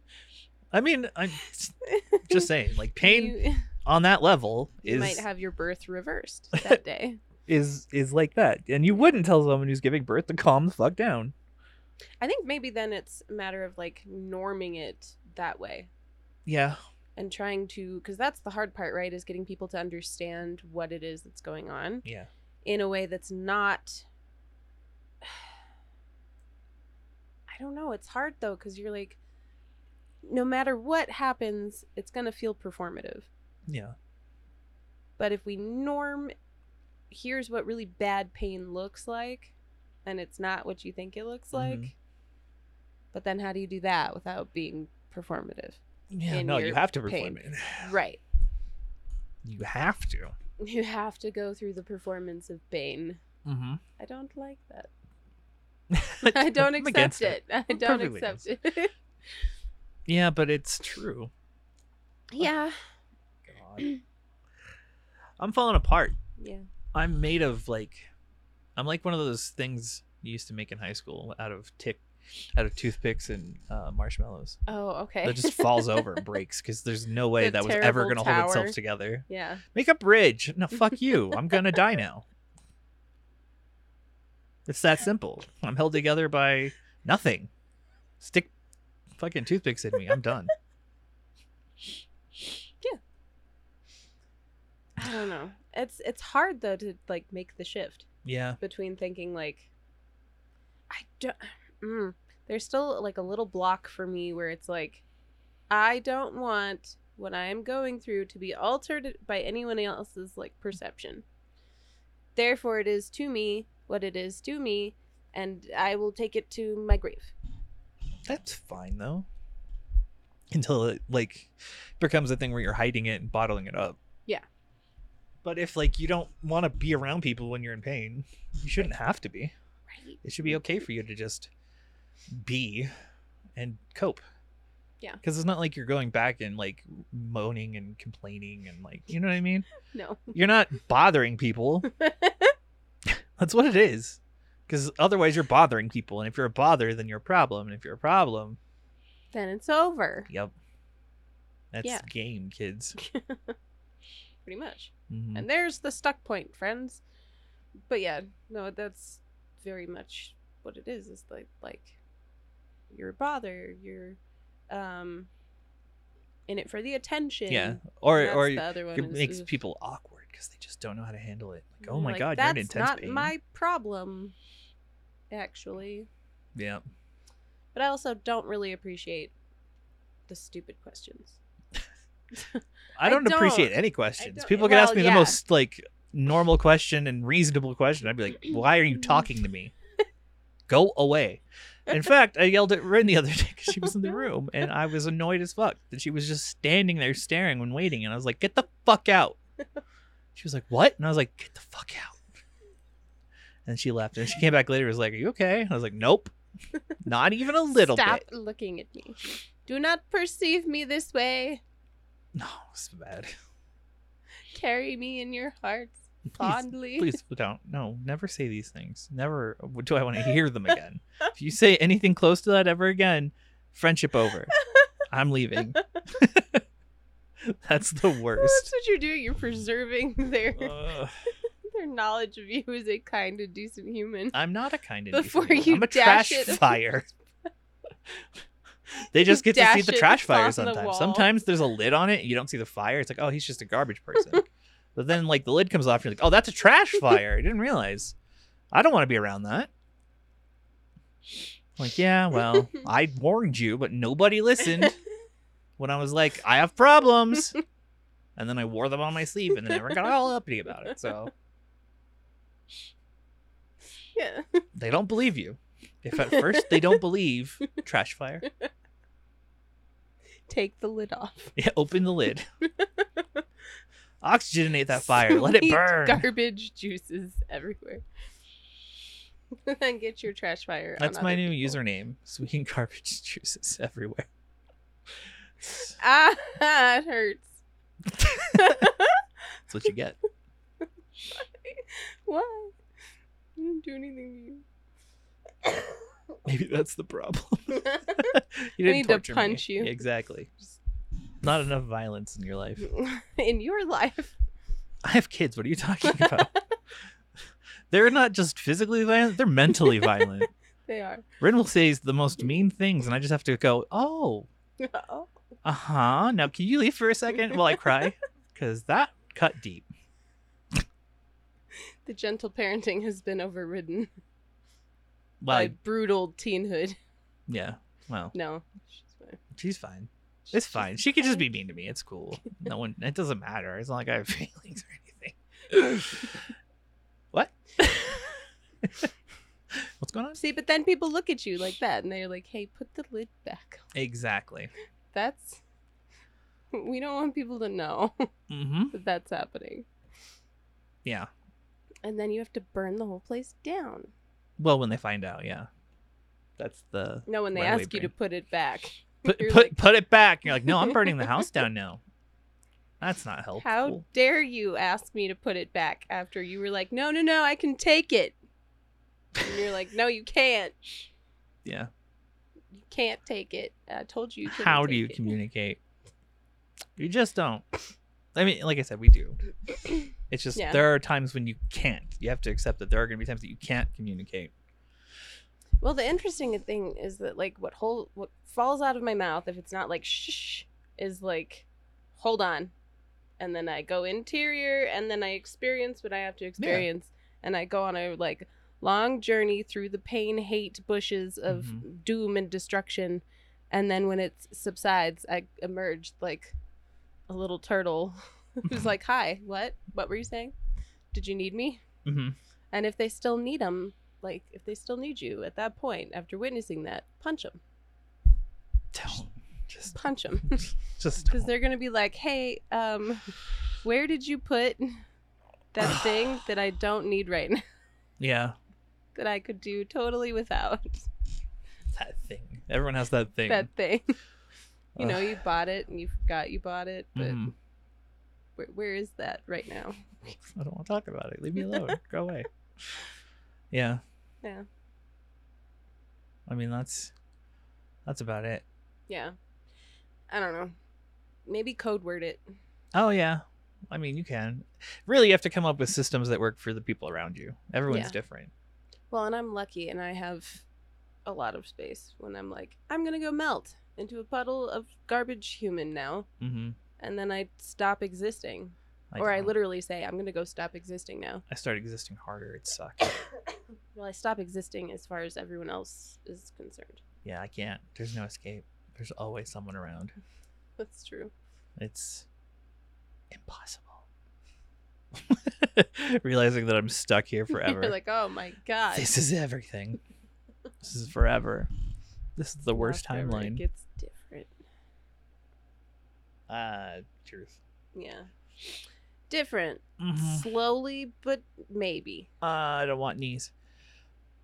Speaker 2: I mean, I'm just saying, like, pain
Speaker 1: You,
Speaker 2: on that level
Speaker 1: you
Speaker 2: is
Speaker 1: might have your birth reversed that day.
Speaker 2: is is like that, and you wouldn't tell someone who's giving birth to calm the fuck down.
Speaker 1: I think maybe then it's a matter of like norming it that way
Speaker 2: Yeah.
Speaker 1: and trying to, because that's the hard part, right? Is getting people to understand what it is that's going on
Speaker 2: Yeah.
Speaker 1: in a way that's not. I don't know. It's hard though, because you're like, no matter what happens, it's going to feel performative.
Speaker 2: Yeah.
Speaker 1: But if we norm, here's what really bad pain looks like, and it's not what you think it looks like.
Speaker 2: Mhm.
Speaker 1: But then how do you do that without being performative?
Speaker 2: Yeah.
Speaker 1: In
Speaker 2: no, you
Speaker 1: your
Speaker 2: have to
Speaker 1: pain.
Speaker 2: perform it.
Speaker 1: Right.
Speaker 2: You have to.
Speaker 1: You have to go through the performance of pain.
Speaker 2: Mm-hmm.
Speaker 1: I don't like that. I don't accept it. I
Speaker 2: I'm
Speaker 1: don't
Speaker 2: perfectly
Speaker 1: accept it.
Speaker 2: Yeah, but it's true.
Speaker 1: yeah.
Speaker 2: God. I'm falling apart.
Speaker 1: Yeah.
Speaker 2: I'm made of like I'm like one of those things you used to make in high school out of tick out of toothpicks and uh, marshmallows
Speaker 1: Oh, okay.
Speaker 2: that just falls over and breaks because there's no way
Speaker 1: The
Speaker 2: that was ever
Speaker 1: terrible
Speaker 2: going to hold itself
Speaker 1: tower.
Speaker 2: together.
Speaker 1: yeah.
Speaker 2: Make a bridge. No, fuck you. I'm going to die now. It's that simple. I'm held together by nothing. Stick fucking toothpicks in me. I'm done.
Speaker 1: I don't know. It's it's hard though to like make the shift
Speaker 2: Yeah.
Speaker 1: between thinking like I don't. Mm, there's still like a little block for me where it's like I don't want what I am going through to be altered by anyone else's like perception. Therefore, it is to me what it is to me, and I will take it to my grave.
Speaker 2: That's fine though. Until it like becomes a thing where you're hiding it and bottling it up.
Speaker 1: Yeah.
Speaker 2: But if like you don't want to be around people when you're in pain, you shouldn't have to be.
Speaker 1: Right.
Speaker 2: It should be okay for you to just be and cope.
Speaker 1: Yeah.
Speaker 2: Cuz it's not like you're going back and like moaning and complaining and like, you know what I mean?
Speaker 1: No.
Speaker 2: You're not bothering people. That's what it is. Cuz otherwise you're bothering people and if you're a bother then you're a problem and if you're a problem
Speaker 1: then it's over.
Speaker 2: Yep. That's
Speaker 1: Yeah.
Speaker 2: game, kids.
Speaker 1: Pretty much.
Speaker 2: Mhm.
Speaker 1: And there's the stuck point, friends. But yeah, no, that's very much what it is. Is like like you're a bother, you're um in it for the attention.
Speaker 2: Yeah. Or
Speaker 1: That's
Speaker 2: or
Speaker 1: the
Speaker 2: it
Speaker 1: other one. is-
Speaker 2: makes
Speaker 1: oof.
Speaker 2: people awkward because they just don't know how to handle it. Like,
Speaker 1: And
Speaker 2: oh
Speaker 1: you're
Speaker 2: my
Speaker 1: like,
Speaker 2: god, you're
Speaker 1: that's
Speaker 2: in intense
Speaker 1: not
Speaker 2: pain.
Speaker 1: my problem, actually.
Speaker 2: Yeah.
Speaker 1: But I also don't really appreciate the stupid questions.
Speaker 2: I
Speaker 1: I
Speaker 2: don't, appreciate
Speaker 1: don't-
Speaker 2: any questions.
Speaker 1: don't-
Speaker 2: People could ask
Speaker 1: well,
Speaker 2: me the
Speaker 1: yeah.
Speaker 2: most like normal question and reasonable question. I'd be like, why are you talking to me? Go away. In fact, I yelled at Rin the other day because she was in the room and I was annoyed as fuck that she was just standing there staring when waiting. And I was like, get the fuck out. She was like, what? And I was like, get the fuck out. And she left. And she came back later and was like, are you okay? I was like, nope. Not even a little
Speaker 1: Stop
Speaker 2: bit.
Speaker 1: looking at me. Do not perceive me this way.
Speaker 2: No, it's bad.
Speaker 1: Carry me in your hearts
Speaker 2: Please
Speaker 1: fondly.
Speaker 2: please don't no never say these things never do i want to hear them again if you say anything close to that ever again friendship over i'm leaving that's the
Speaker 1: That's
Speaker 2: worst
Speaker 1: what you're doing. You're preserving their
Speaker 2: Ugh.
Speaker 1: their knowledge of you as a kind and decent human.
Speaker 2: i'm not a kind of
Speaker 1: Before
Speaker 2: decent-
Speaker 1: you
Speaker 2: i'm a
Speaker 1: dash
Speaker 2: trash
Speaker 1: it-
Speaker 2: fire they just
Speaker 1: You
Speaker 2: get to see
Speaker 1: dash
Speaker 2: the
Speaker 1: it
Speaker 2: trash fire
Speaker 1: off the
Speaker 2: sometimes
Speaker 1: wall.
Speaker 2: sometimes there's a lid on it and you don't see the fire it's like oh he's just a garbage person but then like the lid comes off and you're like oh that's a trash fire i didn't realize i don't want to be around that Like, yeah, well, I warned you, but nobody listened when I was like, I have problems. And then I wore them on my sleeve and then everyone got all uppity about it. So
Speaker 1: yeah.
Speaker 2: they don't believe you. If at first they don't believe, trash fire.
Speaker 1: Take the lid off.
Speaker 2: Yeah, open the lid. Oxygenate that fire. Let it
Speaker 1: Sweet
Speaker 2: burn.
Speaker 1: Garbage juices everywhere. and get your trash fire. on
Speaker 2: That's my
Speaker 1: other
Speaker 2: new
Speaker 1: people.
Speaker 2: username. Sweet garbage juices everywhere.
Speaker 1: Ah, it hurts.
Speaker 2: That's what you get.
Speaker 1: Why? I didn't do anything to you.
Speaker 2: Maybe that's the problem. you
Speaker 1: need to
Speaker 2: torture me.
Speaker 1: punch you.
Speaker 2: Exactly. Not enough violence in your life.
Speaker 1: Mm. in your life.
Speaker 2: I have kids. What are you talking about? they're not just physically violent, they're mentally violent.
Speaker 1: They are.
Speaker 2: Rin will say the most mean things, and I just have to go, oh,
Speaker 1: Oh,
Speaker 2: uh huh. Now, can you leave for a second while I cry? Because that cut deep.
Speaker 1: the gentle parenting has been overridden
Speaker 2: Well,
Speaker 1: by brutal teenhood.
Speaker 2: yeah. Well,
Speaker 1: No, she's fine.
Speaker 2: she's fine.
Speaker 1: She's
Speaker 2: It's fine. She could just be mean to me. It's cool. No one, it doesn't matter. It's not like I have feelings or anything. what? What's going on?
Speaker 1: See, but then people look at you like that and they're like, hey, put the lid back.
Speaker 2: Exactly.
Speaker 1: That's. We don't want people to know
Speaker 2: Mm-hmm.
Speaker 1: that that's happening.
Speaker 2: Yeah.
Speaker 1: And then you have to burn the whole place down.
Speaker 2: Well, when they find out, yeah. That's the
Speaker 1: No, when they
Speaker 2: Runaway
Speaker 1: ask you to
Speaker 2: brain.
Speaker 1: put it back.
Speaker 2: put
Speaker 1: You're
Speaker 2: put,
Speaker 1: like-
Speaker 2: put it back. You're like, no, I'm burning the house down now. That's not helpful.
Speaker 1: How dare you ask me to put it back after you were like, no, no, no, I can take it. And you're like, no, you can't.
Speaker 2: yeah.
Speaker 1: You can't take it. I told you. you couldn't
Speaker 2: How do
Speaker 1: take
Speaker 2: you
Speaker 1: it."
Speaker 2: communicate? You just don't. I mean, like I said, we do. It's just
Speaker 1: Yeah.
Speaker 2: there are times when you can't. You have to accept that there are going to be times that you can't communicate.
Speaker 1: Well, the interesting thing is that like what whole what falls out of my mouth if it's not like shh is like hold on. And then I go interior and then I experience what I have to experience and I go on a like long journey through the pain, hate bushes of doom and destruction and then when it subsides I emerge like a little turtle who's like, "Hi, what? What were you saying? Did you need me?"
Speaker 2: hmm
Speaker 1: And if they still need them, like if they still need you at that point after witnessing that, punch them.
Speaker 2: Don't just
Speaker 1: Punch them.
Speaker 2: just
Speaker 1: Because
Speaker 2: don't.
Speaker 1: they're going to be like, hey, um, where did you put that thing that I don't need right now
Speaker 2: yeah
Speaker 1: that I could do totally without
Speaker 2: that thing. Everyone has that thing.
Speaker 1: that thing? You know,
Speaker 2: Ugh.
Speaker 1: you bought it and you forgot you bought it, but
Speaker 2: Mhm.
Speaker 1: where, where is that right now?
Speaker 2: Mm-hmm. I don't want to talk about it. Leave me alone. Go away. Yeah.
Speaker 1: Yeah.
Speaker 2: I mean that's that's about it.
Speaker 1: Yeah. I don't know. Maybe code word it.
Speaker 2: Oh yeah. I mean you can. Really you have to come up with systems that work for the people around you. Everyone's
Speaker 1: Yeah.
Speaker 2: different.
Speaker 1: Well, and I'm lucky and I have a lot of space when I'm like, I'm going to go melt into a puddle of garbage human now.
Speaker 2: Mm-hmm.
Speaker 1: And then I stop existing. or I literally say, I'm going to go stop existing now.
Speaker 2: I start existing harder. It sucks.
Speaker 1: Well, I stop existing as far as everyone else is concerned.
Speaker 2: yeah, I can't. There's no escape. There's always someone around.
Speaker 1: That's true.
Speaker 2: It's impossible. Realizing that I'm stuck here forever.
Speaker 1: You're like, oh my God.
Speaker 2: this is everything. this is forever. This is the worst
Speaker 1: Not forever, It
Speaker 2: timeline.
Speaker 1: gets different.
Speaker 2: Ah, truth.
Speaker 1: Yeah. Different. Mm-hmm.
Speaker 2: Mhm.
Speaker 1: Slowly, but maybe.
Speaker 2: Uh, I don't want knees.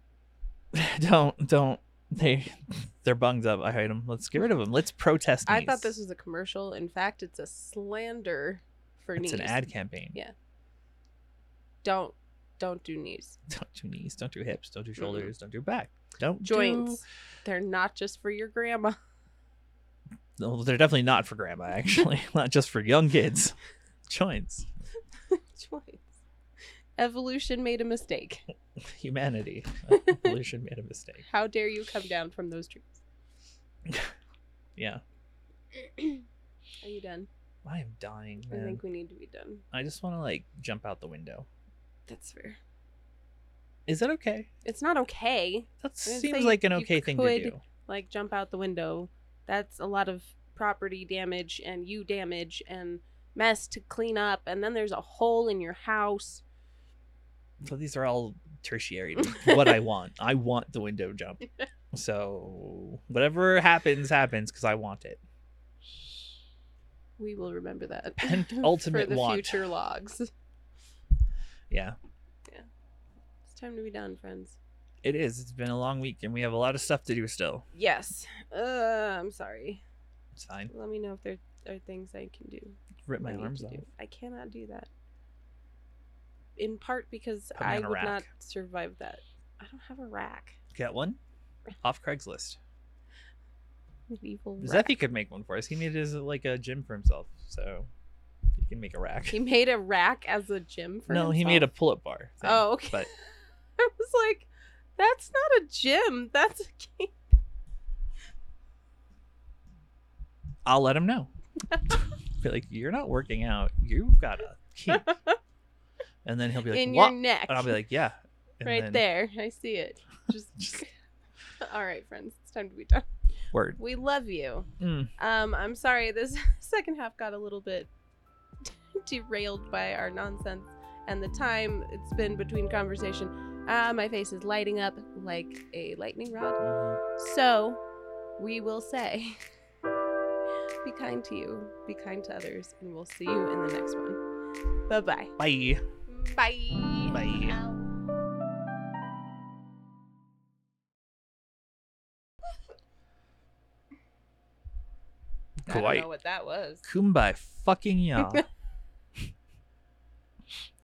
Speaker 2: don't don't they they're bunged up. I hate them. Let's get rid of them. Let's protest.
Speaker 1: I
Speaker 2: knees.
Speaker 1: thought this was a commercial. In fact, it's a slander for
Speaker 2: it's
Speaker 1: knees.
Speaker 2: an ad campaign.
Speaker 1: Yeah. Don't don't do knees.
Speaker 2: Don't do knees. Don't do hips. Don't do shoulders. Don't do back. Don't do-
Speaker 1: Joints. They're not just for your grandma.
Speaker 2: No, they're definitely not for grandma. Actually, not just for young kids. Joints.
Speaker 1: Joints. Evolution made a mistake.
Speaker 2: Humanity. Evolution made a mistake.
Speaker 1: How dare you come down from those trees?
Speaker 2: Yeah.
Speaker 1: Are you done?
Speaker 2: I am dying,
Speaker 1: I
Speaker 2: man.
Speaker 1: think we need to be done.
Speaker 2: I just want to like jump out the window.
Speaker 1: That's fair.
Speaker 2: Is that okay?
Speaker 1: It's not okay.
Speaker 2: That
Speaker 1: gonna
Speaker 2: seems
Speaker 1: say
Speaker 2: like an
Speaker 1: you
Speaker 2: okay thing
Speaker 1: could-
Speaker 2: to do.
Speaker 1: Like jump out the window. That's a lot of property damage and you damage and mess to clean up and then there's a hole in your house.
Speaker 2: So these are all tertiary to what I want. I want the window jump. So whatever happens, happens because I want it.
Speaker 1: We will remember that.
Speaker 2: And ultimate
Speaker 1: for the
Speaker 2: want.
Speaker 1: future logs.
Speaker 2: Yeah,
Speaker 1: It's time to be done, friends.
Speaker 2: it is. It's been a long week and we have a lot of stuff to do still.
Speaker 1: Yes. Uh, I'm sorry.
Speaker 2: It's fine.
Speaker 1: Let me know if there are things I can do.
Speaker 2: Rip
Speaker 1: I
Speaker 2: my
Speaker 1: need
Speaker 2: arms
Speaker 1: to
Speaker 2: off.
Speaker 1: do. I cannot do that. In part because
Speaker 2: Put me
Speaker 1: I
Speaker 2: on a
Speaker 1: would
Speaker 2: rack.
Speaker 1: not survive that. I don't have a rack.
Speaker 2: Get one off Craigslist.
Speaker 1: Medieval rack.
Speaker 2: Zephy could make one for us. He made his like a gym for himself, so he can make a rack.
Speaker 1: He made a rack as a gym for
Speaker 2: No, he
Speaker 1: himself?
Speaker 2: made a pull-up bar. thing,
Speaker 1: Oh, okay.
Speaker 2: but
Speaker 1: I was like, that's not a gym. That's a game.
Speaker 2: I'll let him know. be like, you're not working out. You've got a kink. and then he'll be like,
Speaker 1: in
Speaker 2: what?
Speaker 1: your neck.
Speaker 2: And I'll be like, yeah. And
Speaker 1: right
Speaker 2: then,
Speaker 1: there. I see it. Just.
Speaker 2: Just-
Speaker 1: All right, friends. It's time to be done.
Speaker 2: Word.
Speaker 1: We love you.
Speaker 2: Mm.
Speaker 1: Um, I'm sorry, this second half got a little bit derailed by our nonsense and the time it's been between conversation. Ah, my face is lighting up like a lightning rod. So, we will say be kind to you, be kind to others, and we'll see you in the next one. Bye-bye.
Speaker 2: Bye.
Speaker 1: Bye.
Speaker 2: Bye.
Speaker 1: I don't
Speaker 2: Kawaii.
Speaker 1: know what that was.
Speaker 2: Kumbaya fucking ya.